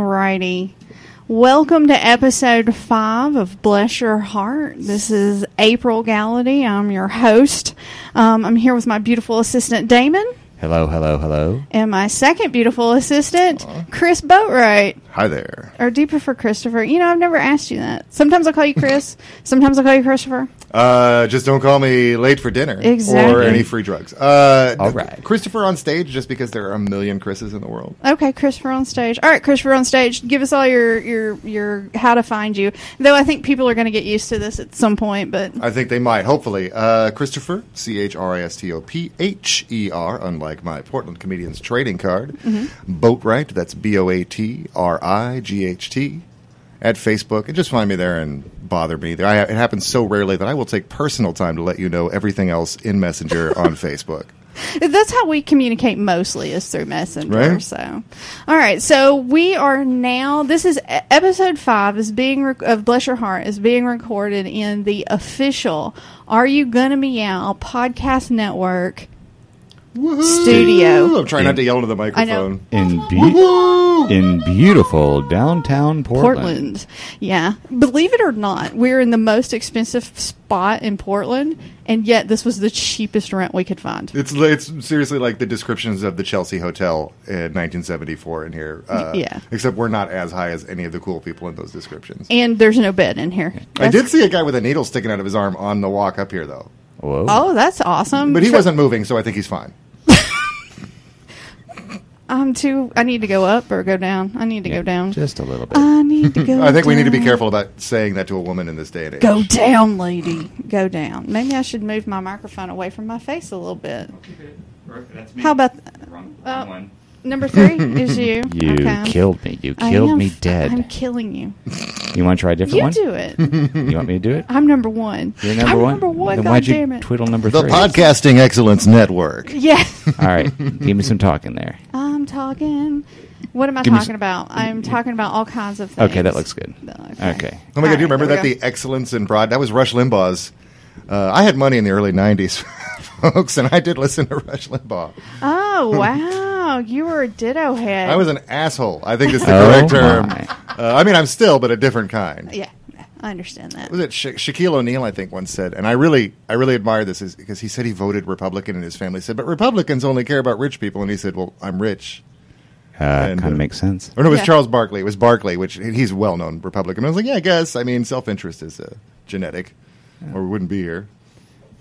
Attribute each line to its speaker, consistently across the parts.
Speaker 1: righty. Welcome to episode five of Bless Your Heart. This is April Gallaty. I'm your host. Um, I'm here with my beautiful assistant, Damon,
Speaker 2: Hello, hello, hello.
Speaker 1: and my second beautiful assistant, Chris Boatwright.
Speaker 3: Hi there.
Speaker 1: Or do you prefer Christopher? You know, I've never asked you that. Sometimes I call you Chris, sometimes I call you Christopher.
Speaker 3: Uh, just don't call me late for dinner or
Speaker 1: Exactly.
Speaker 3: any free drugs. Uh,
Speaker 2: All
Speaker 3: th-
Speaker 2: right.
Speaker 3: Christopher on stage, just because there are a million Chris's in the world.
Speaker 1: Okay, Christopher on stage. All right, Christopher on stage. Give us all your your your how to find you. Though I think people are going to get used to this at some point, but
Speaker 3: I think they might, hopefully. Uh, Christopher, C H R I S T O P H E R, unlike my Portland comedian's trading card.
Speaker 1: Mm-hmm.
Speaker 3: Boatwright, that's B O A T R I G H T, at Facebook. And just find me there and bother me. I, it happens so rarely that I will take personal time to let you know everything else in Messenger on Facebook.
Speaker 1: that's how we communicate mostly is through Messenger.
Speaker 3: Right.
Speaker 1: So, all right. So we are now. This is e- episode five is being rec- of Bless Your Heart is being recorded in the official Are You Gonna Meow podcast network studio.
Speaker 3: I'm trying not to yell into the
Speaker 1: I know.
Speaker 3: microphone.
Speaker 2: In, be- in beautiful downtown Portland.
Speaker 1: Portland. Yeah. Believe it or not, we're in the most expensive spot in Portland, and yet this was the cheapest rent we could find.
Speaker 3: It's it's seriously like the descriptions of the Chelsea Hotel in 1974 in here. Uh,
Speaker 1: Yeah.
Speaker 3: Except we're not as high as any of the cool people in those descriptions.
Speaker 1: And there's no bed in here.
Speaker 3: I
Speaker 1: That's-
Speaker 3: did see a guy with a needle sticking out of his arm on the walk up here, though.
Speaker 2: Whoa.
Speaker 1: Oh, that's awesome.
Speaker 3: But he
Speaker 1: So-
Speaker 3: wasn't moving, so I think he's fine.
Speaker 1: I'm too. I need to go up or go down. I need to
Speaker 2: Yeah,
Speaker 1: go down. Uh-huh.
Speaker 2: Just a little bit.
Speaker 1: I need to go.
Speaker 3: I think we need to be
Speaker 1: down.
Speaker 3: careful about saying that to a woman in this day and age.
Speaker 1: Go down, lady. Go down. Maybe I should move my microphone away from my face a little bit.
Speaker 4: That's me.
Speaker 1: How about
Speaker 4: Wrong, wrong
Speaker 1: Uh,
Speaker 4: one.
Speaker 1: number three? Is you?
Speaker 2: you
Speaker 1: Okay.
Speaker 2: killed me. You
Speaker 1: I
Speaker 2: killed
Speaker 1: am-
Speaker 2: me dead.
Speaker 1: I'm killing you.
Speaker 2: you want to try a different
Speaker 1: You
Speaker 2: one?
Speaker 1: do it.
Speaker 2: You want me to do it?
Speaker 1: I'm number one.
Speaker 2: You're number
Speaker 1: I'm
Speaker 2: one.
Speaker 1: Number one.
Speaker 2: Then
Speaker 1: God
Speaker 2: why'd
Speaker 1: damn
Speaker 2: you
Speaker 1: it.
Speaker 2: twiddle number
Speaker 3: The
Speaker 2: three?
Speaker 3: Podcasting Excellence Network.
Speaker 1: Yeah.
Speaker 2: All right, give me some talking there.
Speaker 1: I'm talking. What am I
Speaker 2: Give me
Speaker 1: talking
Speaker 2: s-
Speaker 1: about? I'm talking about all kinds of things.
Speaker 2: Okay, that looks good. Okay.
Speaker 3: Oh my
Speaker 1: All
Speaker 3: God, do you
Speaker 1: right,
Speaker 3: remember
Speaker 1: there
Speaker 3: that?
Speaker 1: we
Speaker 3: The Excellence in Broad. That was Rush Limbaugh's. Uh, I had money in the early 90s, folks, and I did listen to Rush Limbaugh.
Speaker 1: go. Oh wow, you were a ditto head.
Speaker 3: I was an asshole. I think is the
Speaker 2: Oh
Speaker 3: correct term.
Speaker 2: my.
Speaker 3: Uh, I mean, I'm still, but a different kind.
Speaker 1: Yeah, I understand that.
Speaker 3: Was it Sha- Shaquille O'Neal? I think once said, and I really, I really admire this, is because he said he voted Republican, and his family said, "But Republicans only care about rich people," and he said, "Well, I'm rich."
Speaker 2: Uh,
Speaker 3: And,
Speaker 2: kind
Speaker 3: uh,
Speaker 2: of makes sense.
Speaker 3: Or no, it was
Speaker 1: Yeah.
Speaker 3: Charles Barkley. It was Barkley, which he's a well-known Republican. I was like, yeah, I guess. I mean, self-interest is uh, genetic, or we wouldn't be here.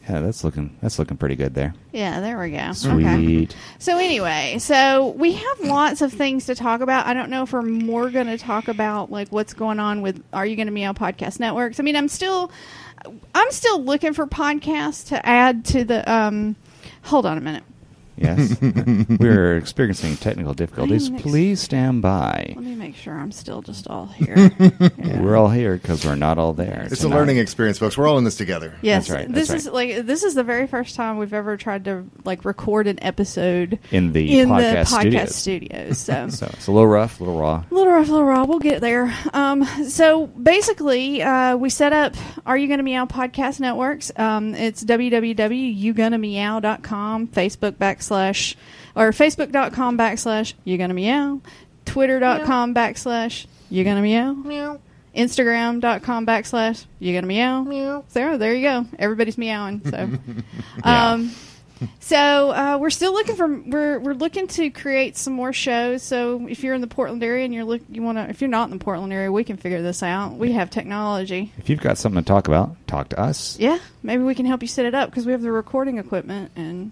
Speaker 2: Yeah, that's looking that's looking pretty good there.
Speaker 1: Yeah, there we go. Okay.
Speaker 2: Sweet.
Speaker 1: So anyway, so we have lots of things to talk about. I don't know if we're more going to talk about like what's going on with Are You Going to Meow podcast networks. I mean, I'm still, I'm still looking for podcasts to add to the. um Hold on a minute.
Speaker 2: Yes. We're experiencing technical difficulties.
Speaker 1: ex-
Speaker 2: Please stand by.
Speaker 1: Let me make sure I'm still just all here. Yeah.
Speaker 2: We're all here because we're not all there.
Speaker 3: It's
Speaker 2: tonight.
Speaker 3: a learning experience, folks. We're all in this together.
Speaker 1: Yes,
Speaker 2: That's right,
Speaker 1: this
Speaker 2: that's
Speaker 1: is like this is the very first time we've ever tried to like record an episode
Speaker 2: In the
Speaker 1: in
Speaker 2: podcast
Speaker 1: the podcast
Speaker 2: studios.
Speaker 1: studios. So.
Speaker 2: So it's a little rough, a little raw.
Speaker 1: Little rough, little raw. We'll get there. Um, so basically, uh, we set up Are You Gonna Meow podcast networks. Um, it's www.yougonnameow.com, Facebook backslash, or Facebook.com backslash You Gonna Meow, Twitter.com backslash You Gonna Meow, Instagram.com backslash You Gonna Meow. So there you go. Everybody's meowing. So.
Speaker 2: Yeah.
Speaker 1: Um, so uh, we're still looking for we're we're looking to create some more shows. So if you're in the Portland area and you're look you want to if you're not in the Portland area, we can figure this out. We have technology.
Speaker 2: If you've got something to talk about, talk to us.
Speaker 1: Yeah, maybe we can help you set it up because we have the recording equipment and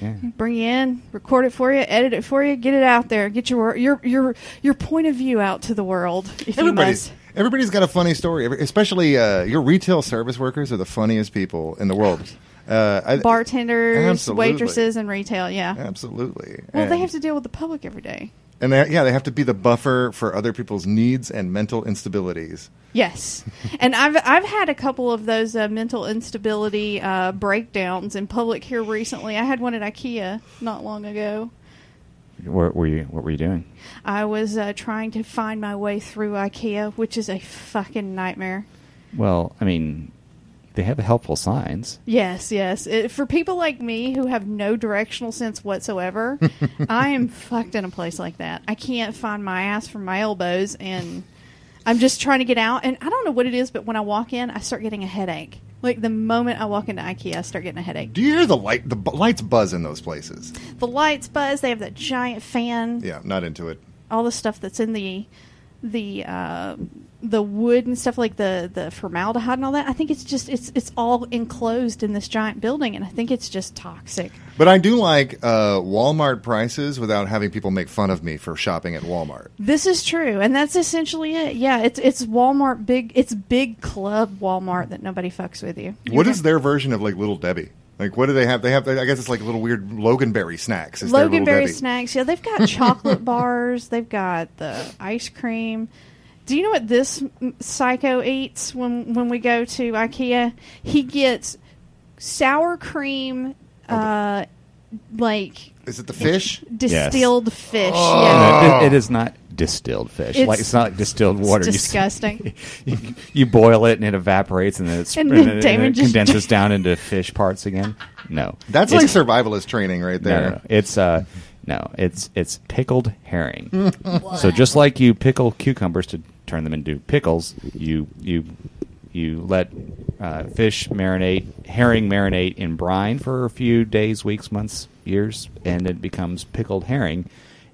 Speaker 2: Yeah.
Speaker 1: bring you in, record it for you, edit it for you, get it out there, get your wor- your your your point of view out to the world. If you
Speaker 3: Everybody's
Speaker 1: must.
Speaker 3: everybody's got a funny story. Every- Especially uh, your retail service workers are the funniest people in the world. Uh, I-
Speaker 1: bartenders,
Speaker 3: Absolutely.
Speaker 1: waitresses, and retail. Yeah.
Speaker 3: Absolutely.
Speaker 1: Well,
Speaker 3: and,
Speaker 1: they have to deal with the public every day.
Speaker 3: and they, yeah, they have to be the buffer for other people's needs and mental instabilities.
Speaker 1: Yes, and I've I've had a couple of those uh, mental instability uh, breakdowns in public here recently. I had one at IKEA not long ago.
Speaker 2: What were you What were you doing?
Speaker 1: I was uh, trying to find my way through IKEA, which is a fucking nightmare.
Speaker 2: Well, I mean, They have helpful signs.
Speaker 1: Yes, yes. It, for people like me who have no directional sense whatsoever, I am fucked in a place like that. I can't find my ass from my elbows, and I'm just trying to get out. And I don't know what it is, but when I walk in, I start getting a headache. Like the moment I walk into IKEA, I start getting a headache.
Speaker 3: Do you hear the light? The bu- lights buzz in those places.
Speaker 1: The lights buzz. They have that giant fan.
Speaker 3: Yeah, not into it.
Speaker 1: All the stuff that's in the the uh, the wood and stuff like the the formaldehyde and all that. I think it's just it's it's all enclosed in this giant building, and I think it's just toxic.
Speaker 3: But I do like uh, Walmart prices without having people make fun of me for shopping at Walmart.
Speaker 1: This is true, and that's essentially it. Yeah, it's it's Walmart big. It's big club Walmart that nobody fucks with you.
Speaker 3: What is their version of like Little Debbie? Like, what do they have? They have, I guess it's like little weird Loganberry snacks. Is their Little
Speaker 1: Loganberry
Speaker 3: Debbie.
Speaker 1: snacks? Yeah, they've got chocolate bars. They've got the ice cream. Do you know what this m- psycho eats when when we go to IKEA? He gets sour cream, uh, like
Speaker 3: Is it the Oh, fish?
Speaker 1: distilled fish.
Speaker 3: Oh.
Speaker 1: Yeah.
Speaker 2: No, it- it is not distilled fish.
Speaker 1: It's-
Speaker 2: like it's not like distilled water.
Speaker 1: It's
Speaker 2: You-
Speaker 1: disgusting.
Speaker 2: You, you boil it and it evaporates and then, it's,
Speaker 1: And
Speaker 2: and
Speaker 1: then
Speaker 2: then,
Speaker 1: Damon
Speaker 2: it
Speaker 1: just-
Speaker 2: condenses down into fish parts again. No,
Speaker 3: That's
Speaker 2: It's-
Speaker 3: like survivalist training right
Speaker 2: no,
Speaker 3: there.
Speaker 2: no, no. It's uh, no, it's it's pickled herring. so just like you pickle cucumbers to turn them into pickles, you you you let uh, fish marinate, herring marinate in brine for a few days, weeks, months, years, and it becomes pickled herring,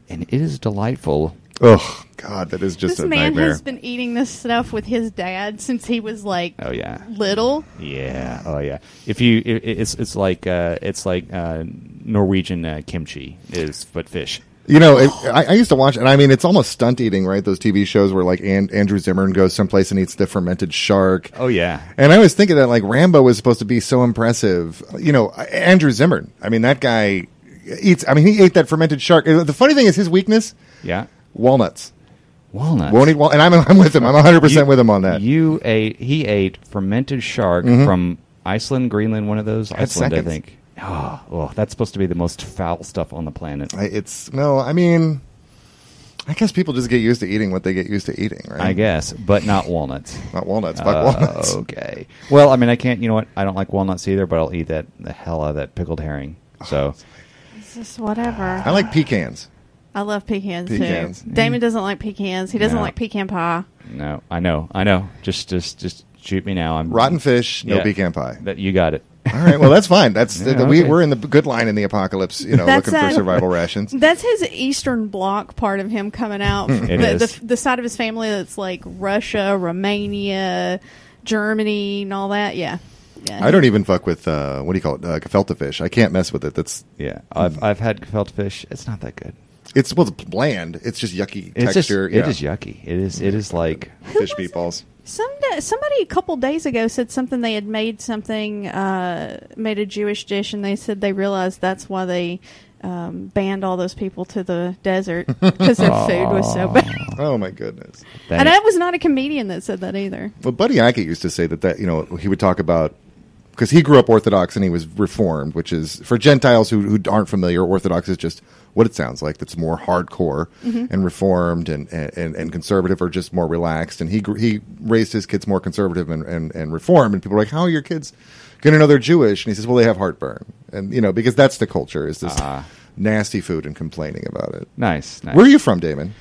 Speaker 2: and it is delightful.
Speaker 3: Oh God, that is just
Speaker 1: This
Speaker 3: a
Speaker 1: man
Speaker 3: nightmare.
Speaker 1: has been eating this stuff with his dad since he was like
Speaker 2: Oh yeah,
Speaker 1: little.
Speaker 2: Yeah. Oh, yeah. If you, i it's it's like uh, it's like uh, Norwegian uh, kimchi is but fish.
Speaker 3: You know, it, I, I used to watch, and I mean, it's almost stunt eating, right? Those TV shows where like and, Andrew Zimmern goes someplace and eats the fermented shark.
Speaker 2: Oh yeah.
Speaker 3: And I always think of that like Rambo was supposed to be so impressive. You know, Andrew Zimmern. I mean, that guy eats. I mean, he ate that fermented shark. Uh, The funny thing is his weakness:
Speaker 2: Yeah.
Speaker 3: walnuts.
Speaker 2: Walnuts.
Speaker 3: Won't eat wal. And I'm I'm with him. I'm 100 percent with him on that. Mm-hmm.
Speaker 2: You ate. He ate fermented shark from Iceland, Greenland. One of those. Iceland,
Speaker 3: seconds.
Speaker 2: I think. Oh, oh, that's supposed to be the most foul stuff on the planet.
Speaker 3: I, it's no. I mean, I guess people just get used to eating what they get used to eating, right?
Speaker 2: I guess, but not walnuts.
Speaker 3: not walnuts, but
Speaker 2: Uh,
Speaker 3: walnuts.
Speaker 2: Okay. Well, I mean, I can't. You know what? I don't like walnuts either, but I'll eat that the hell out of that pickled herring.
Speaker 3: Oh,
Speaker 2: So.
Speaker 1: It's just whatever.
Speaker 3: I like pecans.
Speaker 1: I love pecans,
Speaker 3: Pecans.
Speaker 1: too. Damon doesn't like pecans. He doesn't
Speaker 2: No.
Speaker 1: like pecan pie.
Speaker 2: No, I know, I know. Just, just, just shoot me now. I'm
Speaker 3: Rotten fish, no
Speaker 2: Yeah.
Speaker 3: pecan pie.
Speaker 2: That you got it.
Speaker 3: All right, well that's fine. That's
Speaker 2: Yeah,
Speaker 3: we,
Speaker 2: okay.
Speaker 3: we're in the good line in the apocalypse. You know,
Speaker 1: That's
Speaker 3: looking for
Speaker 1: a-
Speaker 3: survival rations.
Speaker 1: That's his Eastern Bloc part of him coming out.
Speaker 2: It
Speaker 1: the,
Speaker 2: is.
Speaker 1: the the side of his family that's like Russia, Romania, Germany, and all that. Yeah, yeah.
Speaker 3: I don't even fuck with uh, what do you call it, uh, gefilte fish. I can't mess with it. That's
Speaker 2: Yeah, I've I've had gefilte fish. It's not that good.
Speaker 3: it's well it's bland. It's just yucky
Speaker 2: It's
Speaker 3: texture.
Speaker 2: just
Speaker 3: yeah.
Speaker 2: it is yucky. It is it is like
Speaker 3: Fish meatballs.
Speaker 1: Some somebody a couple days ago said something they had made something uh, made a Jewish dish, and they said they realized that's why they um, banned all those people to the desert because their food was so bad.
Speaker 3: Oh my goodness.
Speaker 2: that
Speaker 1: and
Speaker 2: is-
Speaker 1: I was not a comedian that said that either.
Speaker 3: Well, Buddy Ike used to say that that you know he would talk about because he grew up Orthodox and he was Reformed, which is for Gentiles who who aren't familiar, Orthodox is just what it sounds like. That's more hardcore
Speaker 2: Mm-hmm.
Speaker 3: and Reformed and, and and conservative, or just more relaxed. And he gr- he raised his kids more conservative and and, and Reformed. And people are like, "How are your kids going to know they're Jewish?" And he says, "Well, they have heartburn, and you know because that's the culture is this nasty food and complaining about it."
Speaker 2: nice. Ah. nice.
Speaker 3: Where are you from, Damon?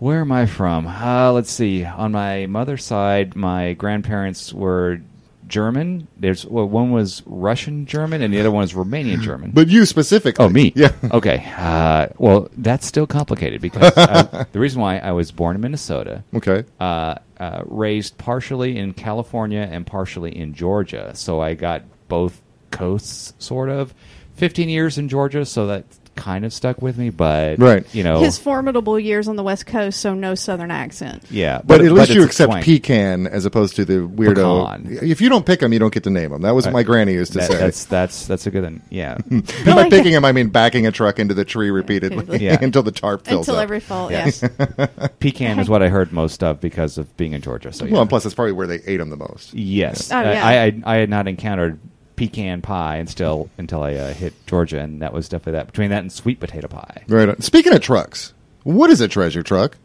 Speaker 2: Where am I from? Uh, let's see. On my mother's side, my grandparents were German. There's well, one was Russian German, and the other one was Romanian German.
Speaker 3: But you specifically?
Speaker 2: Oh, me.
Speaker 3: Yeah.
Speaker 2: Okay. Uh, well, that's still complicated because uh, the reason why I was born in Minnesota.
Speaker 3: Okay.
Speaker 2: uh, uh, raised partially in California and partially in Georgia. So I got both coasts, sort of. 15 years in Georgia, so that kind of stuck with me, but,
Speaker 3: Right.
Speaker 2: you know.
Speaker 1: His formidable years on the West Coast, so no Southern accent.
Speaker 2: yeah.
Speaker 3: But, at least
Speaker 2: it's
Speaker 3: you
Speaker 2: a
Speaker 3: accept
Speaker 2: twang.
Speaker 3: pecan as opposed to the weirdo.
Speaker 2: Pecan.
Speaker 3: If you don't pick them, you don't get to name them. That was what my granny used to
Speaker 2: That-
Speaker 3: say.
Speaker 2: that's, that's, that's a good one. Yeah.
Speaker 3: And by
Speaker 1: like-
Speaker 3: picking them, I mean backing a truck into the tree repeatedly
Speaker 2: Yeah.
Speaker 3: until the tarp fills
Speaker 1: Until
Speaker 3: up.
Speaker 1: every fall,
Speaker 2: yes.
Speaker 1: yeah.
Speaker 2: Pecan is what I heard most of because of being in Georgia. So, yeah.
Speaker 3: well, and plus that's probably where they ate them the most.
Speaker 2: Yes,
Speaker 1: Oh,
Speaker 2: I-
Speaker 1: yeah.
Speaker 2: I, I I had not encountered pecan pie until until I uh, hit Georgia, and that was definitely that between that and sweet potato pie.
Speaker 3: Right. on. Speaking of trucks, what is a treasure truck?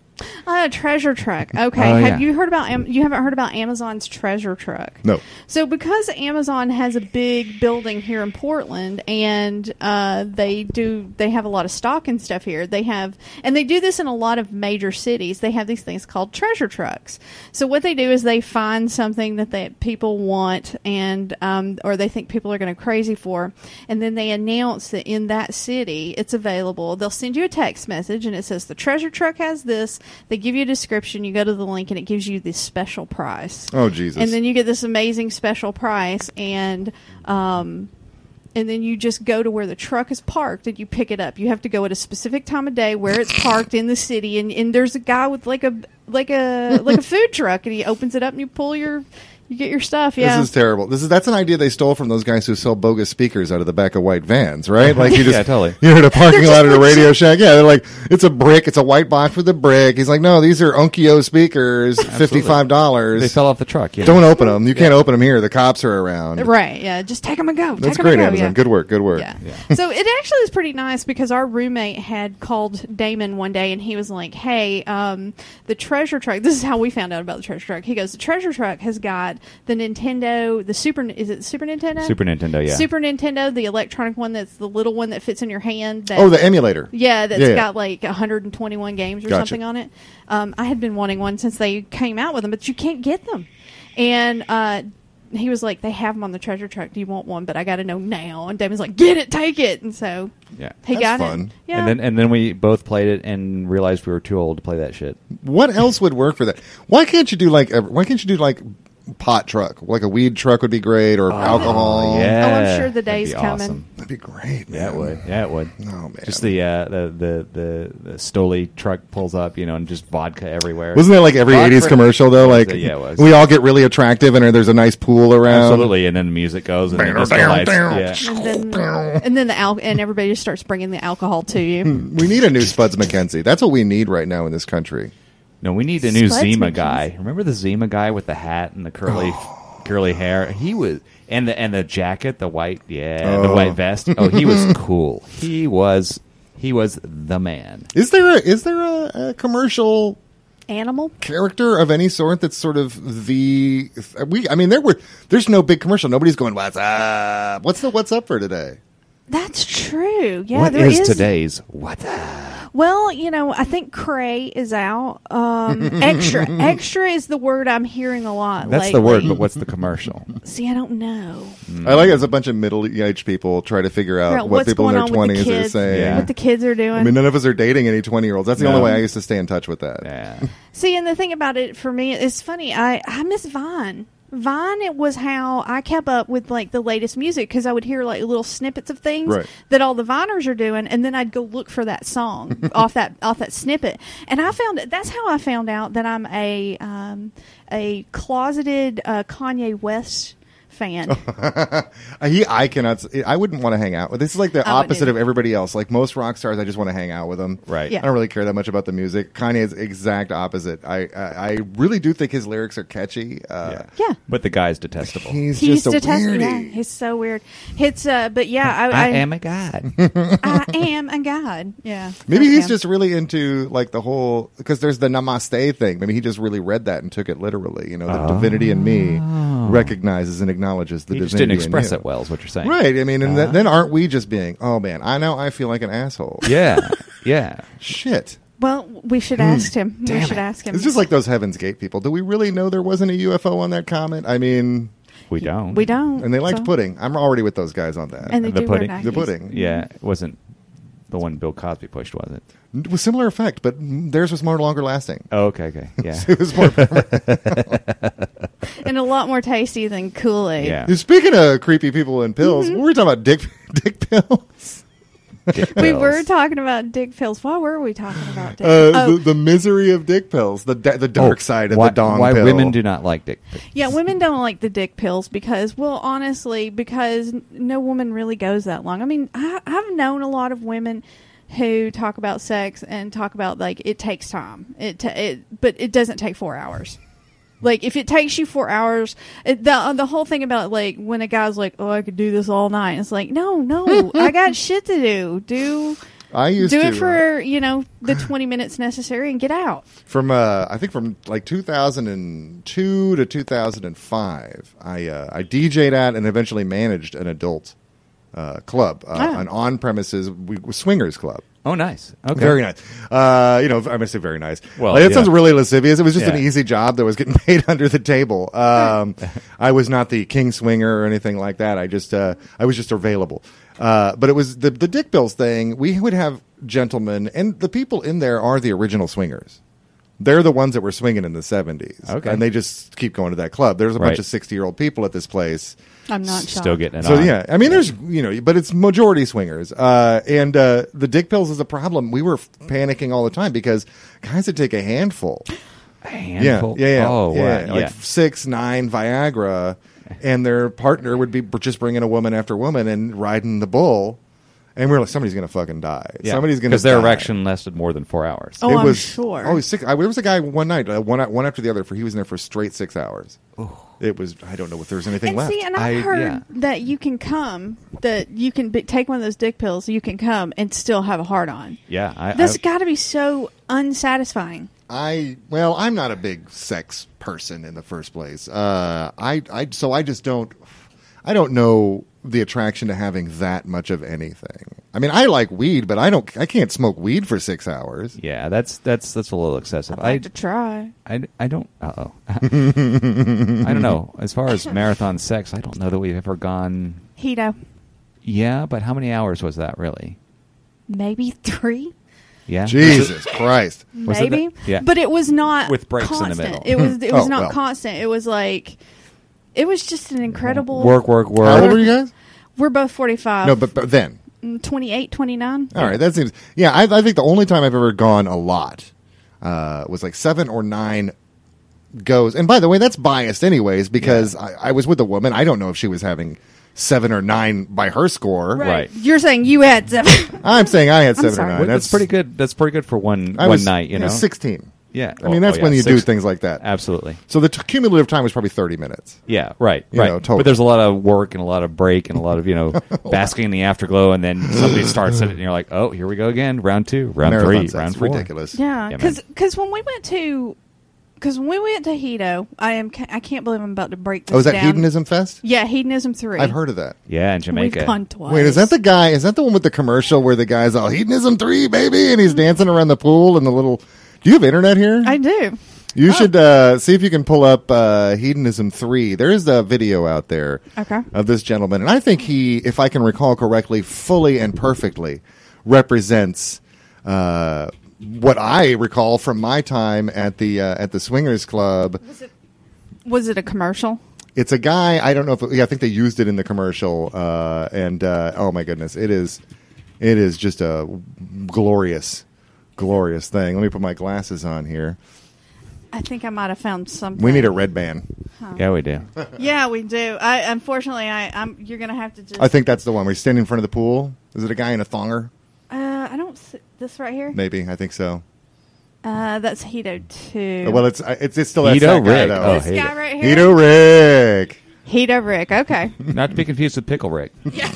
Speaker 1: Uh, treasure truck. Okay.
Speaker 2: Oh, yeah.
Speaker 1: Have you heard about Am- you haven't heard about Amazon's treasure truck?
Speaker 3: No.
Speaker 1: So because Amazon has a big building here in Portland and uh, they do they have a lot of stock and stuff here. They have and they do this in a lot of major cities. They have these things called treasure trucks. So what they do is they find something that that people want and um, or they think people are going to crazy for and then they announce that in that city it's available. They'll send you a text message and it says the treasure truck has this. They give you a description, you go to the link and it gives you this special price
Speaker 3: Oh Jesus.
Speaker 1: and then you get this amazing special price and um and then you just go to where the truck is parked and you pick it up you have to go at a specific time of day where it's parked in the city and, and there's a guy with like a like a like a food truck and he opens it up and you pull your you get your stuff yeah
Speaker 3: This is terrible. This is that's an idea they stole from those guys who sell bogus speakers out of the back of white vans, right? Like you just
Speaker 2: Yeah, totally.
Speaker 3: you're in a parking
Speaker 1: They're
Speaker 3: lot at
Speaker 1: just
Speaker 3: a
Speaker 1: like-
Speaker 3: Radio Shack. Yeah, they're like it's a brick, it's a white box with a brick. He's like, no, these are Onkyo speakers, fifty five
Speaker 2: They
Speaker 3: dollars.
Speaker 2: fell off the truck. You know?
Speaker 3: Don't open them. You can't open them here. The cops are around.
Speaker 1: right yeah just take them and go
Speaker 3: That's
Speaker 1: Take 'em
Speaker 3: great,
Speaker 1: and go,
Speaker 3: Amazon.
Speaker 1: yeah.
Speaker 3: Good work. Good work.
Speaker 1: Yeah. so it actually is pretty nice because our roommate had called Damon one day and he was like, "Hey, um, the treasure truck. This is how we found out about the treasure truck. He goes, the treasure truck has got the Nintendo, the Super. Is it Super Nintendo?
Speaker 2: Super Nintendo, yeah.
Speaker 1: Super Nintendo, the electronic one that's the little one that fits in your hand. That,
Speaker 3: Oh, the emulator.
Speaker 1: yeah, that's
Speaker 3: Yeah, yeah.
Speaker 1: got like 121 games or
Speaker 3: Gotcha.
Speaker 1: something on it. Um, I had been wanting one since they came out with them, but you can't get them. And uh, he was like, "They have them on the treasure truck. Do you want one?" But I got to know now. And Damon's like, "Get it, take it." And so
Speaker 2: Yeah.
Speaker 1: he
Speaker 3: That's
Speaker 1: got
Speaker 3: fun.
Speaker 1: it. Yeah,
Speaker 2: And then and then we both played it and realized we were too old to play that shit.
Speaker 3: What else would work for that? Why can't you do like a, why can't you do like pot truck? Like a weed truck would be great, or alcohol.
Speaker 2: Oh, yeah.
Speaker 1: Oh, I'm sure the
Speaker 2: That'd be
Speaker 1: day's coming.
Speaker 2: awesome.
Speaker 3: that'd be great.
Speaker 2: Yeah, it
Speaker 3: man.
Speaker 2: would. Yeah, it would.
Speaker 3: Oh, man.
Speaker 2: Just the uh, the the the, the Stoli truck pulls up, you know, and just vodka everywhere.
Speaker 3: Wasn't that like every
Speaker 2: Vodka-
Speaker 3: '80s commercial though? Like,
Speaker 2: Yeah, it was.
Speaker 3: we all get really attractive, and there's a nice pool around.
Speaker 2: Absolutely, and then the music goes and the disco lights. Yeah.
Speaker 1: And then, and then the al- and everybody just starts bringing the alcohol to
Speaker 2: Hmm.
Speaker 1: you.
Speaker 3: We need a new Spuds McKenzie. That's what we need right now in this country.
Speaker 2: No, we need a new
Speaker 1: Spuds
Speaker 2: Zima
Speaker 1: mentions-
Speaker 2: guy. Remember the Zima guy with the hat and the curly curly hair? He was and the and the jacket, the white yeah, the
Speaker 3: Oh.
Speaker 2: white vest. Oh, he was cool. He was he was the man.
Speaker 3: Is there a, is there a, a commercial
Speaker 1: Animal.
Speaker 3: character of any sort that's sort of the we? I mean, there were there's no big commercial. Nobody's going what's up. What's the what's up for today?
Speaker 1: That's true. Yeah,
Speaker 2: what
Speaker 1: there
Speaker 2: is,
Speaker 1: is
Speaker 2: today's what the
Speaker 1: Well, you know, I think cray is out. Um, extra, extra is the word I'm hearing a lot.
Speaker 2: That's
Speaker 1: lately.
Speaker 2: the word, but what's the commercial?
Speaker 1: See, I don't know.
Speaker 2: Mm.
Speaker 3: I like as a bunch of middle aged people try to figure out
Speaker 1: Right,
Speaker 3: what
Speaker 1: what's
Speaker 3: people in
Speaker 1: going
Speaker 3: their
Speaker 1: on with the
Speaker 3: twenties are
Speaker 1: kids,
Speaker 3: saying.
Speaker 2: Yeah.
Speaker 1: What the kids are doing.
Speaker 3: I mean, none of us are dating any twenty year olds. That's the
Speaker 2: No.
Speaker 3: only way I used to stay in touch with that.
Speaker 2: Yeah.
Speaker 1: See, and the thing about it for me, it's funny. I I miss Vine. Vine it was how I kept up with like the latest music because I would hear like little snippets of things
Speaker 3: Right.
Speaker 1: that all the Viners are doing, and then I'd go look for that song off that off that snippet. And I found that's how I found out that I'm a um, a closeted uh, Kanye West fan.
Speaker 3: Uh, He, I cannot. s- I wouldn't want to hang out with. This is like the
Speaker 1: I wouldn't
Speaker 3: opposite
Speaker 1: either.
Speaker 3: of everybody else. Like most rock stars, I just want to hang out with them.
Speaker 2: Right.
Speaker 1: Yeah.
Speaker 3: I don't really care that much about the music. Kanye is exact opposite. I, I, I really do think his lyrics are catchy. Uh,
Speaker 1: yeah.
Speaker 2: But the guy's detestable.
Speaker 3: He's,
Speaker 1: He's
Speaker 3: just a
Speaker 1: detest- yeah,
Speaker 3: weirdy.
Speaker 1: he's so weird. It's uh, but yeah, I,
Speaker 2: I am a god.
Speaker 1: I am a god. Yeah,
Speaker 3: Maybe
Speaker 1: I
Speaker 3: he's
Speaker 1: am.
Speaker 3: just really into like the whole because there's the namaste thing. Maybe he just really read that and took it literally. You know, the divinity in me recognizes and
Speaker 2: Oh.
Speaker 3: acknowledges the
Speaker 2: He
Speaker 3: divinity.
Speaker 2: just didn't
Speaker 3: in
Speaker 2: express
Speaker 3: you.
Speaker 2: it well, is what you're saying. Uh-huh.
Speaker 3: Right. I mean, and th- then aren't we just being? Oh man, I know I feel like an asshole.
Speaker 2: Yeah. Yeah.
Speaker 3: Shit.
Speaker 1: Well, we should ask him. we should ask him.
Speaker 3: Hmm. It's just like those Heaven's Gate people. Do we really know there wasn't a UFO on that comet? I mean,
Speaker 2: We don't.
Speaker 1: we don't.
Speaker 3: and they liked
Speaker 1: so-
Speaker 3: pudding. I'm already with those guys on that.
Speaker 1: And they
Speaker 2: The
Speaker 1: do
Speaker 2: pudding.
Speaker 1: wear
Speaker 3: the
Speaker 1: Nikes.
Speaker 3: pudding,
Speaker 2: Yeah. It wasn't the one Bill Cosby pushed, was it?
Speaker 3: It was similar effect, but theirs was more longer lasting.
Speaker 2: Oh, okay, okay. Yeah.
Speaker 3: It was more.
Speaker 1: and a lot more tasty than Kool Aid.
Speaker 2: yeah.
Speaker 3: Speaking of creepy people and pills,
Speaker 1: Mm-hmm.
Speaker 3: we were talking about dick dick pills.
Speaker 2: Dick
Speaker 1: We
Speaker 2: pills.
Speaker 1: were talking about dick pills. Why were we talking about dick?
Speaker 3: Uh,
Speaker 1: oh,
Speaker 3: the, the misery of dick pills, the da- the dark
Speaker 2: Oh,
Speaker 3: side of
Speaker 2: why,
Speaker 3: the dong
Speaker 2: Why
Speaker 3: pill.
Speaker 2: women do not like dick pills.
Speaker 1: yeah, women don't like the dick pills because, well, honestly, because n- no woman really goes that long. I mean, I, I've known a lot of women who talk about sex and talk about like it takes time. It, ta it but it doesn't take four hours. Like if it takes you four hours, it, the the whole thing about like when a guy's like, "Oh, I could do this all night," it's like, no, no, I got shit to do. Do
Speaker 3: I used
Speaker 1: do
Speaker 3: to uh,
Speaker 1: it for you know the twenty minutes necessary and get out.
Speaker 3: from uh, I think from like 2002 to 2005. I uh, I DJ'd at and eventually managed an adult uh, club, uh,
Speaker 1: Ah.
Speaker 3: an on premises we, swingers club.
Speaker 2: Oh, nice. Okay.
Speaker 3: Very nice. Uh, you know, I must say very nice.
Speaker 2: Well,
Speaker 3: Well, it
Speaker 2: yeah.
Speaker 3: sounds really lascivious. It was just an
Speaker 2: Yeah.
Speaker 3: easy job that was getting paid under the table. Um, I was not the king swinger or anything like that. I just, uh, I was just available. Uh, but it was the, the Dick Bills thing. We would have gentlemen, and the people in there are the original swingers. They're the ones that were swinging in the 70s.
Speaker 2: Okay.
Speaker 3: And they just keep going to that club. There's a
Speaker 2: Right.
Speaker 3: bunch of 60 year old people at this place.
Speaker 1: I'm not shocked.
Speaker 2: Still getting it
Speaker 3: So
Speaker 2: on.
Speaker 3: yeah, I mean, there's you know, but it's majority swingers, uh, and uh, the dick pills is a problem. We were f- panicking all the time because guys would take a handful.
Speaker 2: Handful.
Speaker 3: Yeah, yeah, yeah,
Speaker 2: Oh,
Speaker 3: yeah,
Speaker 2: wow.
Speaker 3: like
Speaker 2: yeah.
Speaker 3: six, nine Viagra, and their partner would be br- just bringing a woman after woman and riding the bull, and we are like, somebody's gonna fucking die.
Speaker 2: Yeah.
Speaker 3: Somebody's gonna
Speaker 2: because their
Speaker 3: die.
Speaker 2: erection lasted more than four hours.
Speaker 1: Oh.
Speaker 3: it
Speaker 1: I'm
Speaker 3: was
Speaker 1: sure.
Speaker 3: Oh, six. I, there was a guy one night, uh, one one after the other, for he was in there for straight six hours. It was. I don't know if there was anything
Speaker 1: And
Speaker 3: left.
Speaker 1: see, and I,
Speaker 2: I-
Speaker 1: heard
Speaker 2: yeah.
Speaker 1: that you can come, that you can b- take one of those dick pills, you can come and still have a hard on.
Speaker 2: Yeah, I,
Speaker 1: That's
Speaker 2: I-
Speaker 1: got to be so unsatisfying.
Speaker 3: I well, I'm not a big sex person in the first place. Uh, I I so I just don't I don't know the attraction to having that much of anything. I mean, I like weed, but I don't I can't smoke weed for six hours.
Speaker 2: yeah, that's that's that's a little excessive.
Speaker 1: I
Speaker 2: I
Speaker 1: have to try.
Speaker 2: I, I don't. Uh oh. I don't know. As far as marathon sex, I don't know that we've ever gone.
Speaker 1: Hito,
Speaker 2: Yeah, but how many hours was that really?
Speaker 1: maybe three,
Speaker 2: Yeah.
Speaker 3: Jesus Christ!
Speaker 2: Was it
Speaker 1: maybe.
Speaker 2: that- yeah.
Speaker 1: But it was not
Speaker 2: With breaks in the
Speaker 1: constant.
Speaker 2: middle.
Speaker 1: It was it was
Speaker 3: Oh,
Speaker 1: not
Speaker 3: well.
Speaker 1: constant. It was like it was just an incredible
Speaker 2: Work, work, work.
Speaker 3: How old were you guys?
Speaker 1: We're both 45.
Speaker 3: No, but, but then
Speaker 1: Mm, 28, 29.
Speaker 3: all right, that seems yeah. I, I think the only time I've ever gone a lot uh, was like seven or nine goes. And by the way, that's biased anyways because I, I was with a woman. I don't know if she was having seven or nine by her score.
Speaker 2: Right.
Speaker 1: You're saying you had seven.
Speaker 3: I'm saying I had seven
Speaker 1: sorry.
Speaker 3: or
Speaker 2: Well,
Speaker 3: nine.
Speaker 2: that's pretty good. That's pretty good for one
Speaker 3: I
Speaker 2: one
Speaker 3: was,
Speaker 2: night. You know.
Speaker 3: sixteen.
Speaker 2: Yeah.
Speaker 3: I mean,
Speaker 2: Oh,
Speaker 3: that's
Speaker 2: oh,
Speaker 3: when
Speaker 2: yeah,
Speaker 3: you do
Speaker 2: six-
Speaker 3: things like that.
Speaker 2: Absolutely.
Speaker 3: So the t- cumulative time was probably thirty minutes.
Speaker 2: Yeah, right,
Speaker 3: You
Speaker 2: right.
Speaker 3: know, totally. Oh,
Speaker 2: But there's a lot of work and a lot of break and a lot of you know basking in the afterglow, and then somebody starts it, and you're like, oh, here we go again, round two, round
Speaker 3: Marathon
Speaker 2: three,
Speaker 3: sex.
Speaker 2: round four.
Speaker 3: ridiculous.
Speaker 1: Yeah,
Speaker 2: Yeah, man.
Speaker 1: because when we went to because when we went to Hedo, I am ca- I can't believe I'm about to break. This
Speaker 3: Oh, is that
Speaker 1: down.
Speaker 3: hedonism fest?
Speaker 1: Yeah, hedonism three.
Speaker 3: I've heard of that.
Speaker 2: Yeah, in
Speaker 1: We've
Speaker 2: Jamaica.
Speaker 1: gone twice.
Speaker 3: Wait, is that the guy? Is that the one with the commercial where the guy's all hedonism three, baby, and he's dancing around the pool and the little? Do you have internet here?
Speaker 1: I do.
Speaker 3: you should uh, see if you can pull up uh, hedonism three. There is a video out there
Speaker 1: Okay.
Speaker 3: of this gentleman, and I think he, if I can recall correctly, fully and perfectly represents uh, what I recall from my time at the uh, at the swingers club.
Speaker 1: Was it a commercial?
Speaker 3: It's a guy. I don't know if yeah, I think they used it in the commercial. Uh, and uh, oh my goodness, it is it is just a glorious, glorious thing. Let me put my glasses on here.
Speaker 1: I think I might have found something.
Speaker 3: We need a red band.
Speaker 2: Yeah, we do.
Speaker 1: Yeah, we do. I unfortunately, I I'm, you're gonna have to just.
Speaker 3: I think that's the one. We're standing in front of the pool. Is it a guy in a thonger?
Speaker 1: Uh, I don't. See, this right here.
Speaker 3: Maybe I think so.
Speaker 1: Uh, that's Hedo two.
Speaker 3: Oh, Well, it's uh, it's, it's still that's
Speaker 2: Edo
Speaker 3: that guy
Speaker 2: Rick.
Speaker 3: though.
Speaker 2: Oh,
Speaker 1: this
Speaker 2: Hedo.
Speaker 1: guy right here.
Speaker 3: Edo Rick.
Speaker 1: Hedo Rick. Okay.
Speaker 2: Not to be confused with Pickle Rick.
Speaker 1: yeah.